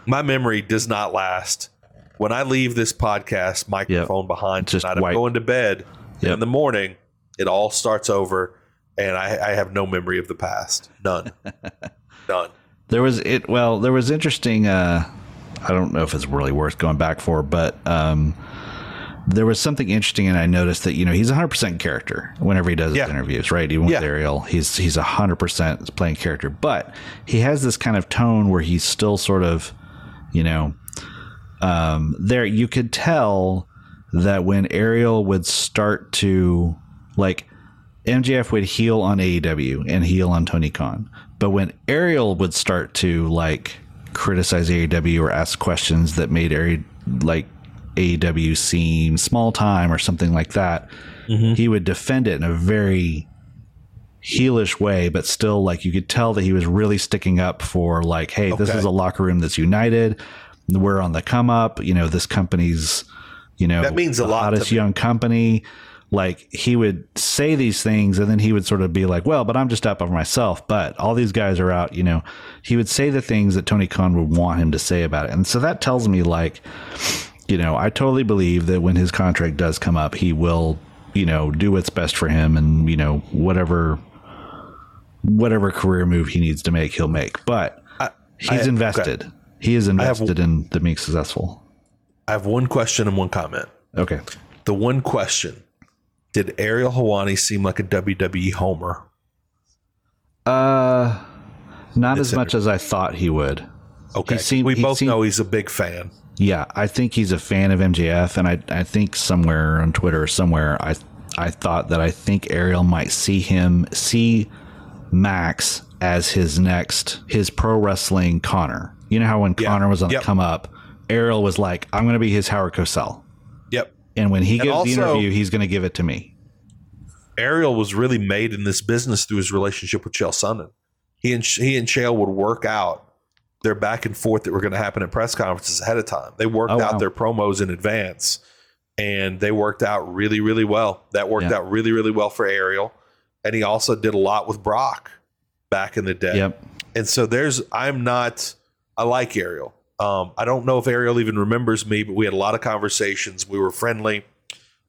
B: My memory does not last. When I leave this podcast microphone behind
C: Just
B: tonight, I'm
C: white.
B: going to bed
C: Yep.
B: in the morning. It all starts over, and I, I have no memory of the past. None. None.
C: there was it. Well, there was interesting. Uh, I don't know if it's really worth going back for, but um, there was something interesting, and I noticed that you know he's 100 percent character whenever he does
B: Yeah.
C: his interviews, right? Even with
B: Yeah.
C: Ariel, he's he's 100 percent playing character, but he has this kind of tone where he's still sort of, you know, um, there you could tell that when Ariel would start to like MJF would heal on AEW and heal on Tony Khan, but when Ariel would start to like criticize AEW or ask questions that made Ari like AEW seem small time or something like that, he would defend it in a very heelish way, but still like you could tell that he was really sticking up for like, hey, this
B: Okay.
C: is a locker room that's united. We're on the come up. You know, this company's, you know,
B: That means a
C: the
B: lot to
C: hottest
B: me.
C: young company. Like he would say these things and then he would sort of be like, well, but I'm just out for myself. But all these guys are out, you know, he would say the things that Tony Khan would want him to say about it. And so that tells me like, you know, I totally believe that when his contract does come up, he will, you know, do what's best for him and, you know, whatever whatever career move he needs to make, he'll make. But he's
B: I-
C: invested. He is
B: have-
C: invested in them being successful.
B: I have one question and one comment.
C: Okay.
B: The one question: Did Ariel Hawani seem like a WWE homer?
C: Uh not as
B: Consider-
C: much as I thought he would.
B: Okay,
C: seemed-
B: we
C: he
B: both
C: seemed-
B: know he's a big fan.
C: Yeah, I think he's a fan of MJF and I I think somewhere on Twitter or somewhere I I thought that I think Ariel might see him see Max as his next his pro wrestling Connor. You know how when Connor was on
B: Yep.
C: the come up, Ariel was like, I'm gonna be his Howard Cosell.
B: Yep.
C: And when he gives the
B: also-
C: interview, he's going to give it to me.
B: Ariel was really made in this business through his relationship with Chael Sonnen. He and he and Chael would work out their back and forth that were going to happen at press conferences ahead of time. They worked
C: Oh,
B: out
C: wow.
B: their promos in advance, and they worked out really, really well. That worked
C: Yeah.
B: out really, really well for Ariel, and he also did a lot with Brock back in the day.
C: Yep.
B: And so there's, I'm not, I like Ariel. Um, I don't know if Ariel even remembers me, but we had a lot of conversations. We were friendly.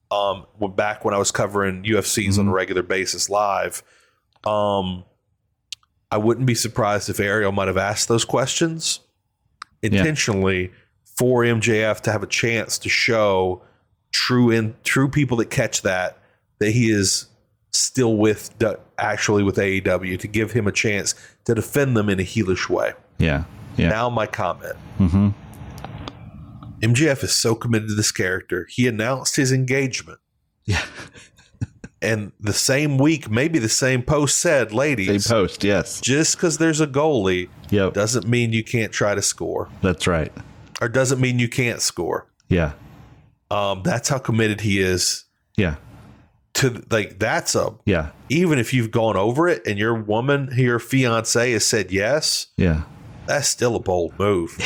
B: Um, when- back when I was covering UFCs on a regular basis live, um, I wouldn't be surprised if Ariel might have asked those questions intentionally for MJF to have a chance to show true in true people that catch that that he is still with the- actually with AEW to give him a chance to defend them in a heelish way.
C: Yeah. Yeah.
B: Now my comment.
C: hmm
B: MJF is so committed to this character. He announced his engagement.
C: Yeah.
B: And the same week, maybe the same post said,
C: They
B: ladies,
C: post. Yes.
B: just because there's a goalie
C: Yep.
B: doesn't mean you can't try to score
C: That's right.
B: or doesn't mean you can't score.
C: Yeah.
B: Um, that's how committed he is
C: Yeah.
B: to like that's a
C: Yeah.
B: even if you've gone over it and your woman, your fiance has said yes,
C: Yeah.
B: that's still a bold move.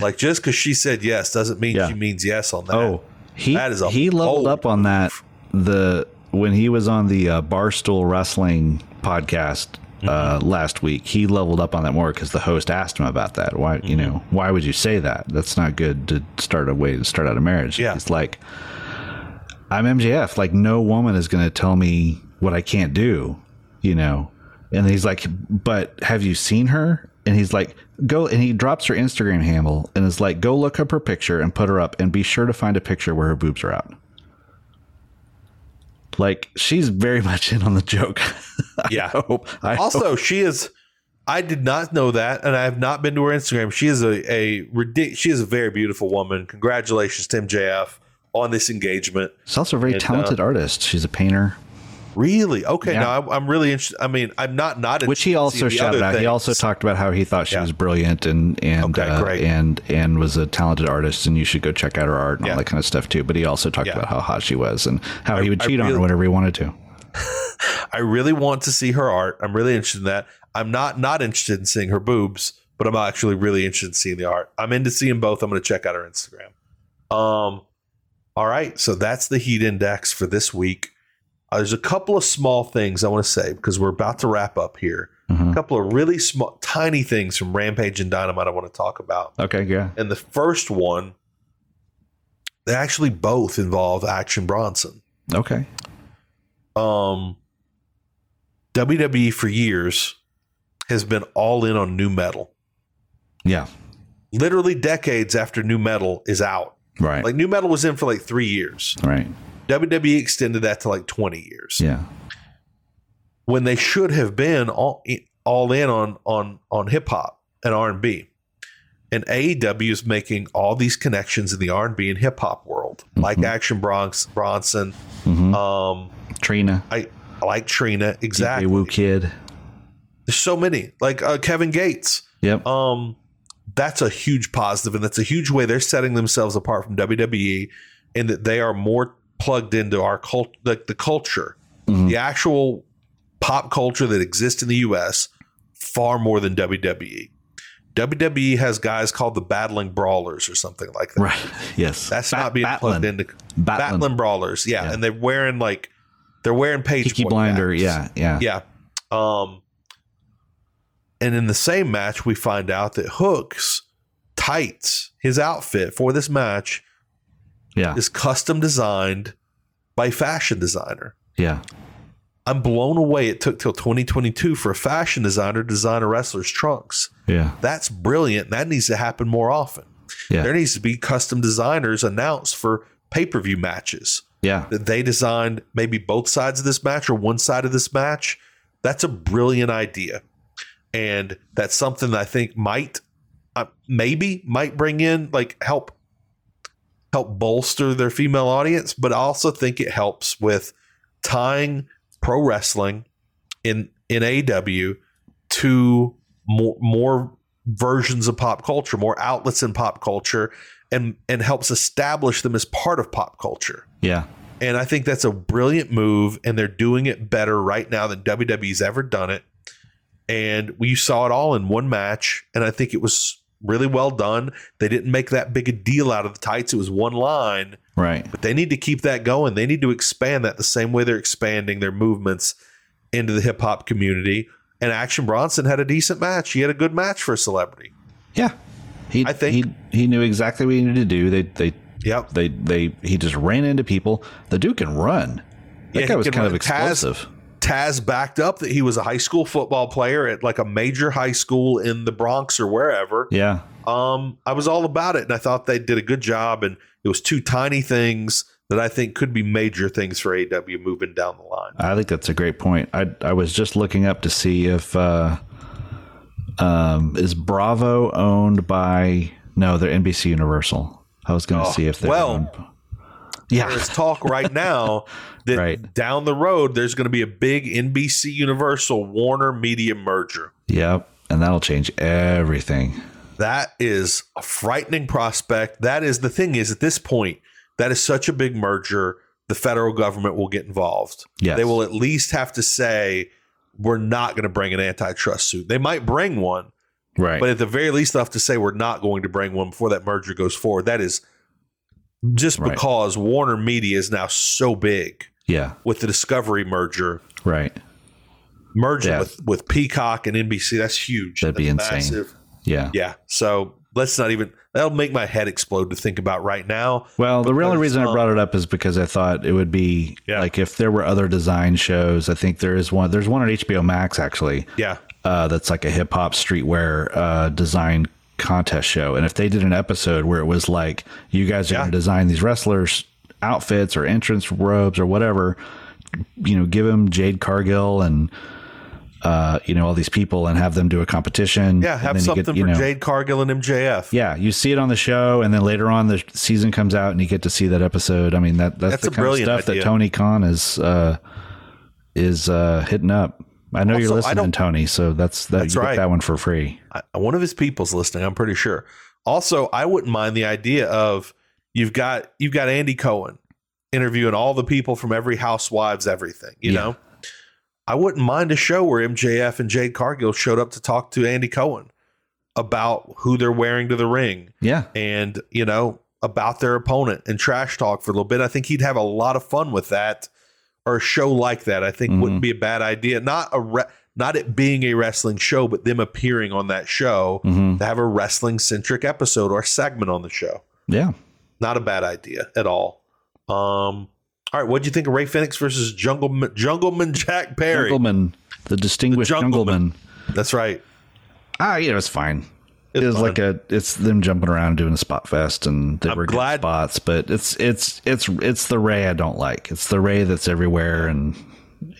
B: like just because she said yes doesn't mean
C: Yeah.
B: she means yes on that.
C: Oh, he
B: That is a
C: he leveled
B: bold
C: up on that the when he was on the uh, Barstool Wrestling podcast uh, last week. He leveled up on that more because the host asked him about that. Why you know why would you say that? That's not good to start a way to start out a marriage.
B: Yeah.
C: it's like I'm MJF. Like no woman is going to tell me what I can't do. You know, and he's like, but have you seen her? And he's like, go, and he drops her Instagram handle and is like, go look up her picture and put her up and be sure to find a picture where her boobs are out. Like, she's very much in on the joke.
B: yeah.
C: I hope. I hope.
B: Also, she is. I did not know that, and I have not been to her Instagram. She is a a ridic- She is a very beautiful woman. Congratulations, Tim JF, on this engagement.
C: She's also a very
B: and, uh,
C: talented artist. She's a painter,
B: Really? Okay.
C: Yeah.
B: Now I'm, I'm really interested. I mean, I'm not not
C: which he
B: interested to
C: also
B: see the
C: shouted
B: other
C: out. He
B: things.
C: also talked about how he thought she
B: Yeah.
C: was brilliant and and
B: Okay,
C: uh,
B: great.
C: and and was a talented artist, and you should go check out her art and
B: Yeah.
C: all that kind of stuff too. But he also talked
B: Yeah.
C: about how hot she was and how he would
B: I
C: cheat on her
B: really-
C: whenever he wanted to.
B: I really want to see her art. I'm really interested in that. I'm not not interested in seeing her boobs, but I'm actually really interested in seeing the art. I'm into seeing both. I'm going to check out her Instagram. Um, all right, so that's the heat index for this week. Uh, there's a couple of small things I want to say because we're about to wrap up here.
C: Mhm.
B: A couple of really small, tiny things from Rampage and Dynamite I want to talk about.
C: Okay, yeah.
B: And the first one, they actually both involve Action Bronson
C: Okay.
B: um WWE for years has been all in on new metal.
C: Yeah.
B: Literally decades after new metal is out.
C: Right.
B: Like new metal was in for like 3 years.
C: right.
B: WWE extended that to like 20 years.
C: Yeah.
B: When they should have been all all in on on on hip hop and R&B. And AEW is making all these connections in the R&B and hip hop world. Like Action Bronx Bronson,
C: Mhm.
B: um
C: Trina.
B: I I like Trina
C: Hey,
B: exactly.
C: Woo Kid.
B: There's so many, like uh, Kevin Gates.
C: Yep.
B: Um, that's a huge positive, and that's a huge way they're setting themselves apart from WWE, in that they are more plugged into our cult, like the culture,
C: Mm-hmm.
B: the actual pop culture that exists in the U.S. far more than E. WWE. WWE E has guys called the Battling Brawlers or something like that.
C: right. Yes.
B: That's
C: Bat-
B: not being plugged into
C: Battling.
B: Battling, Brawlers, yeah, and they're wearing like they're wearing page
C: Peaky
B: boy
C: Blinder.
B: caps.
C: Yeah. Yeah.
B: Yeah. Um and in the same match we find out that Hook's tights, his outfit for this match
C: Yeah.
B: is custom designed by fashion designer.
C: Yeah.
B: I'm blown away it took till 2022 for a fashion designer to design a wrestler's trunks.
C: Yeah.
B: That's brilliant. That needs to happen more often.
C: Yeah.
B: There needs to be custom designers announced for pay-per-view matches
C: Yeah.
B: that they designed maybe both sides of this match or one side of this match. That's a brilliant idea. And that's something that I think might uh, maybe might bring in like help help bolster their female audience, but I also think it helps with tying pro wrestling in in AW to more more versions of pop culture, more outlets in pop culture and and helps establish them as part of pop culture.
C: Yeah.
B: And I think that's a brilliant move, and they're doing it better right now than WWE's ever done it. And we saw it all in one match, and I think it was really well done. They didn't make that big a deal out of the tights. It was one line,
C: Right.
B: but they need to keep that going. They need to expand that the same way they're expanding their movements into the hip hop community. And Action Bronson had a decent match. He had a good match for a celebrity.
C: Yeah. He,
B: I think-
C: he he knew exactly what he needed to do. They they
B: Yep.
C: they they he just ran into people. The dude can run. That
B: Yeah,
C: guy
B: he
C: was
B: can
C: kind
B: run.
C: of
B: Taz-
C: explosive.
B: Taz backed up that he was a high school football player at like a major high school in the Bronx or wherever.
C: Yeah.
B: um, I was all about it, and I thought they did a good job. And it was two tiny things that I think could be major things for AW moving down the line.
C: I think that's a great point. I I was just looking up to see if uh, um, is Bravo owned by no, they're NBC Universal. I was going to see if
B: Oh,
C: they're
B: well.
C: owned- yeah,
B: There's talk right now that
C: Right.
B: down the road there's going to be a big NBC Universal Warner Media merger.
C: yep, and that'll change everything.
B: That is a frightening prospect. That is the thing is at this point that is such a big merger. The federal government will get involved.
C: Yes.
B: They will at least have to say we're not going to bring an antitrust suit. They might bring one,
C: Right,
B: But at the very least, they'll have to say we're not going to bring one before that merger goes forward. That is just
C: Right.
B: because Warner Media is now so big
C: yeah,
B: with the Discovery merger,
C: right,
B: merging
C: Yeah.
B: with, with Peacock and NBC. That's huge.
C: That'd be
B: That's
C: insane. yeah.
B: Yeah. So let's not even, that'll make my head explode to think about right now.
C: Well, the real
B: there's,
C: reason I
B: um,
C: brought it up is because I thought it would be
B: Yeah.
C: like if there were other design shows. I think there is one. There's one on HBO Max actually.
B: Yeah.
C: uh, that's like a hip hop streetwear uh, design contest show. And if they did an episode where it was like, you guys are
B: Yeah.
C: going to design these wrestlers' outfits or entrance robes or whatever, you know, give them Jade Cargill and, uh, you know, all these people and have them do a competition.
B: Yeah.
C: And
B: Have
C: then you
B: something
C: get- you
B: for
C: know-
B: Jade Cargill and MJF.
C: Yeah, you see it on the show, and then later on the season comes out, and you get to see that episode. I mean, that that's,
B: That's
C: the
B: a
C: kind of
B: brilliant
C: stuff
B: idea.
C: that Tony Khan is uh, is uh, hitting up. I know
B: Also,
C: you're
B: I
C: listening,
B: don't-
C: Tony. So that's that.
B: That's
C: you
B: right.
C: get that one for free.
B: I, one of his people's listening. I'm pretty sure. Also, I wouldn't mind the idea of you've got you've got Andy Cohen interviewing all the people from every Housewives everything. You
C: Yeah.
B: know, I wouldn't mind a show where MJF and Jade Cargill showed up to talk to Andy Cohen about who they're wearing to the ring
C: Yeah.
B: and, you know, about their opponent and trash talk for a little bit. I think he'd have a lot of fun with that or a show like that. I
C: Mm-hmm.
B: think wouldn't be a bad idea. Not a re- not it being a wrestling show, but them appearing on that show
C: hmm
B: to have a wrestling centric episode or segment on the show.
C: Yeah.
B: Not a bad idea at all. Um all right, what'd you think of Ray Phoenix versus Jungleman, Jungleman Jack Perry?
C: Jungleman, the distinguished
B: The Jungleman.
C: Jungleman.
B: That's right.
C: Ah, you know, it's fine. It's
B: It's fine.
C: like a it's them jumping around and doing a spot fest and they
B: I'm
C: were
B: glad-
C: good spots, but it's it's it's it's the Ray I don't like. It's the Ray that's everywhere and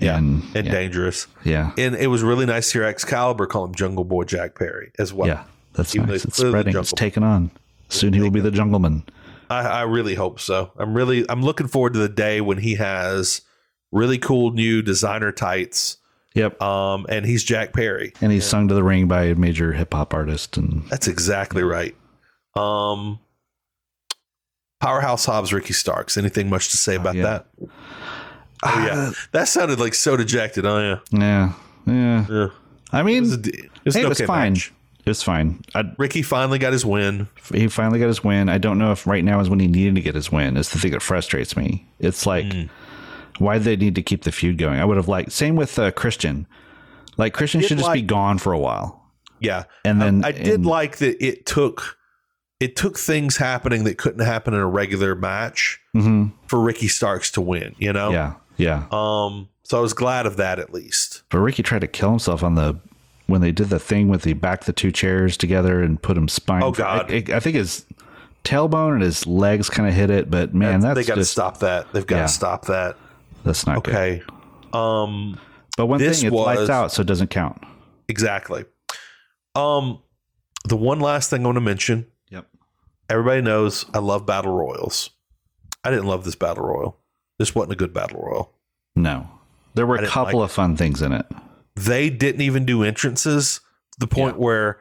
C: yeah and,
B: and
C: yeah,
B: dangerous.
C: yeah
B: And it was really nice to hear Excalibur call him Jungle Boy Jack Perry as well.
C: yeah that's
B: Even though
C: nice.
B: he's
C: It's
B: clearly the
C: spreading. It's
B: Jungle-
C: taken on. Soon he will be the Jungleman.
B: I, I really hope so. I'm really I'm looking forward to the day when he has really cool new designer tights.
C: Yep,
B: Um, and he's Jack Perry.
C: and he's sung to the ring by a major hip hop artist and
B: That's exactly right. Um, Powerhouse Hobbs, Ricky Starks. Anything much to say about
C: yeah.
B: that? Oh yeah,
C: Uh,
B: that sounded like so dejected. Oh yeah,
C: yeah yeah.
B: yeah.
C: I mean,
B: It was,
C: hey,
B: a
C: it
B: d- it was
C: was,
B: an okay
C: fine.
B: match.
C: It was fine. I,
B: Ricky finally got his win.
C: he finally got his win. I don't know if right now is when he needed to get his win. It's the thing that frustrates me. It's like why they need to keep the feud going. I would have liked same with uh, Christian. Like Christian
B: did
C: should just be
B: like-
C: gone for a while,
B: Yeah,
C: and then
B: I, I did
C: and-
B: like that it took it took things happening that couldn't happen in a regular match
C: Mhm.
B: for Ricky Starks to win, you know?
C: yeah, yeah.
B: Um so I was glad of that at least.
C: But Ricky tried to kill himself on the when they did the thing with the back the two chairs together and put him spine.
B: Oh, God.
C: I, I think his tailbone and his legs kind of hit it, but man, that's,
B: they got to
C: just
B: stop that. They've got to
C: Yeah.
B: stop that.
C: that's not good.
B: Okay. Um
C: But one
B: This
C: thing, it's
B: was-
C: lights out, so it doesn't count.
B: exactly. Um the one last thing I want to mention,
C: Yep.
B: everybody knows I love battle royals. I didn't love this battle royal. This wasn't a good battle royal.
C: No, there were
B: I
C: a
B: didn't
C: couple
B: like
C: of fun things in it.
B: they didn't even do entrances to the point where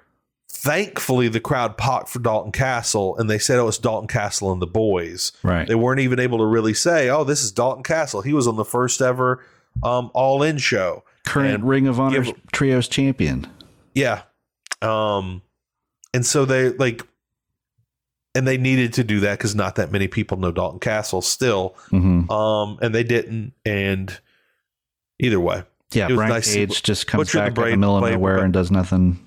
B: thankfully the crowd popped for Dalton Castle and they said, oh, it's Dalton Castle and the boys.
C: Right.
B: They weren't even able to really say, oh, this is Dalton Castle. He was on the first ever um, All In show.
C: Current Ring of Honor
B: give-
C: trios champion.
B: Yeah. Um, and so they like, and they needed to do that because not that many people know Dalton Castle still.
C: hmm
B: Um, and they didn't. And either way,
C: Yeah,
B: It was
C: Brian
B: nice to see
C: Cage just comes
B: Butcher the
C: back in the
B: Brain
C: middle of
B: play-
C: nowhere and does nothing.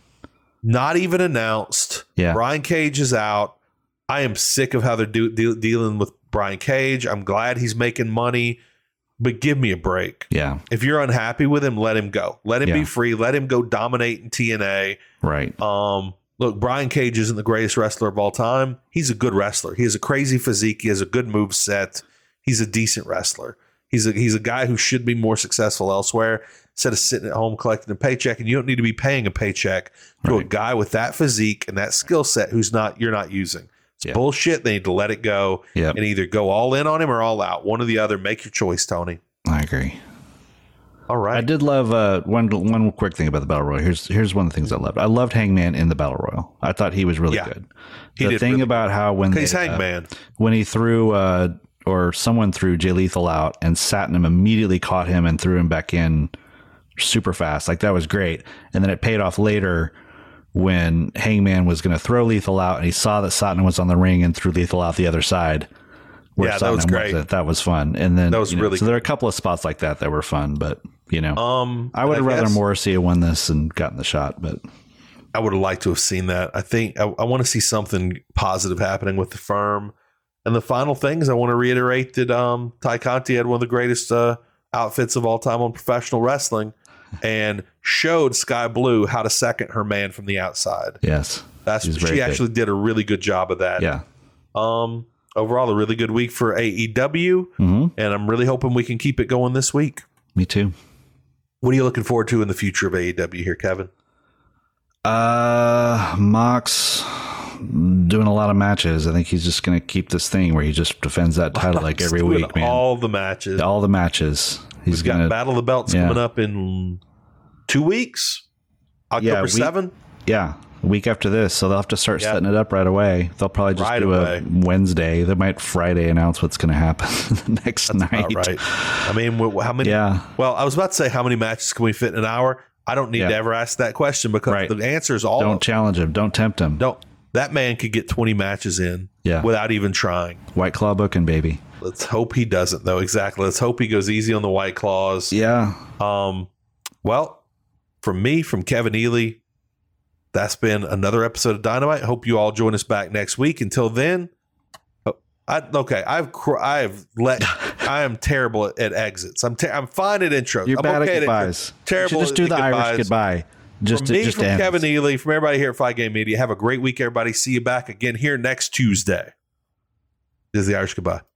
B: not even announced.
C: Yeah.
B: Brian Cage is out. I am sick of how they're do, deal dealing with Brian Cage. I'm glad he's making money, but give me a break.
C: Yeah,
B: If you're unhappy with him, let him go. Let him be
C: Yeah.
B: free. Let him go dominate in TNA.
C: right.
B: Um, look, Brian Cage isn't the greatest wrestler of all time. He's a good wrestler. He has a crazy physique. He has a good move set. He's a decent wrestler. He's a he's a guy who should be more successful elsewhere instead of sitting at home collecting a paycheck. And you don't need to be paying a paycheck to a
C: Right.
B: guy with that physique and that skill set who's not you're not using. It's
C: Yeah.
B: bullshit. They need to let it go
C: Yeah,
B: and either go all in on him or all out. One or the other. Make your choice, Tony.
C: I agree.
B: All
C: I
B: right.
C: did love uh, one one quick thing about the battle royal. Here's here's one of the things I loved. I loved Hangman in the battle royal. I thought he was really
B: Yeah.
C: good.
B: He
C: the
B: did
C: thing
B: really
C: about how when they,
B: He's
C: uh,
B: Hangman.
C: when he threw uh, or someone threw Jay Lethal out and Satnam immediately caught him and threw him back in super fast. Like that was great. And then it paid off later when Hangman was going to throw Lethal out and he saw that Satnam was on the ring and threw Lethal out the other side. where
B: Yeah, that was
C: Satnam
B: great.
C: wasn't. That was fun. And then
B: That was
C: you know,
B: really
C: so. There are a couple of spots like that that were fun, but you know,
B: um,
C: I would have
B: and
C: rather
B: guess-
C: Morrissey have won this and gotten the shot, but
B: I would have liked to have seen that. I think I, I want to see something positive happening with the firm. And the final thing is, I want to reiterate that um, Ty Conti had one of the greatest uh, outfits of all time on professional wrestling, and showed Sky Blue how to second her man from the outside.
C: yes,
B: That's
C: She's
B: she
C: very good.
B: actually did a really good job of that.
C: yeah,
B: Um, overall, a really good week for AEW,
C: hmm
B: and I'm really hoping we can keep it going this week.
C: me too.
B: What are you looking forward to in the future of AEW here, Kevin?
C: Uh, Mox doing a lot of matches. I think he's just going to keep this thing where he just defends that title like every
B: Doing
C: week, man. All,
B: all the matches.
C: the matches. He's
B: We've got
C: going to,
B: Battle of the Belts
C: yeah.
B: coming up in two weeks, October
C: we-
B: seven.
C: yeah. a week after this, so they'll have to start
B: Yeah.
C: setting it up right away. They'll probably just
B: Right
C: do
B: away.
C: a Wednesday. They might Friday announce what's going to happen the next
B: All
C: night.
B: right. I mean, wh- how many?
C: Yeah.
B: Well, I was about to say how many matches can we fit in an hour. I don't need
C: Yeah.
B: to ever ask that question because
C: Right.
B: the answer is all.
C: Don't
B: Don't.
C: challenge him. Don't tempt him.
B: don't. That man could get twenty matches in
C: Yeah.
B: without even trying.
C: White Claw booking, baby.
B: Let's hope he doesn't though. Exactly. Let's hope he goes easy on the white claws.
C: Yeah.
B: Um, well, from me, from Kevin Ely, that's been another episode of Dynamite. Hope you all join us back next week. Until then, oh, I, okay, I've cr- I've let I am terrible at, at exits. I'm ter- I'm fine at intros.
C: You're
B: I'm
C: bad
B: okay
C: at
B: at intros.
C: goodbyes. You
B: Terrible.
C: should just
B: at
C: do the Irish
B: goodbyes.
C: goodbye. Just
B: From
C: to,
B: me,
C: just
B: from
C: to end.
B: Kevin Ely, from everybody here at Fight Game Media. Have a great week, everybody. See you back again here next Tuesday. This is the Irish goodbye.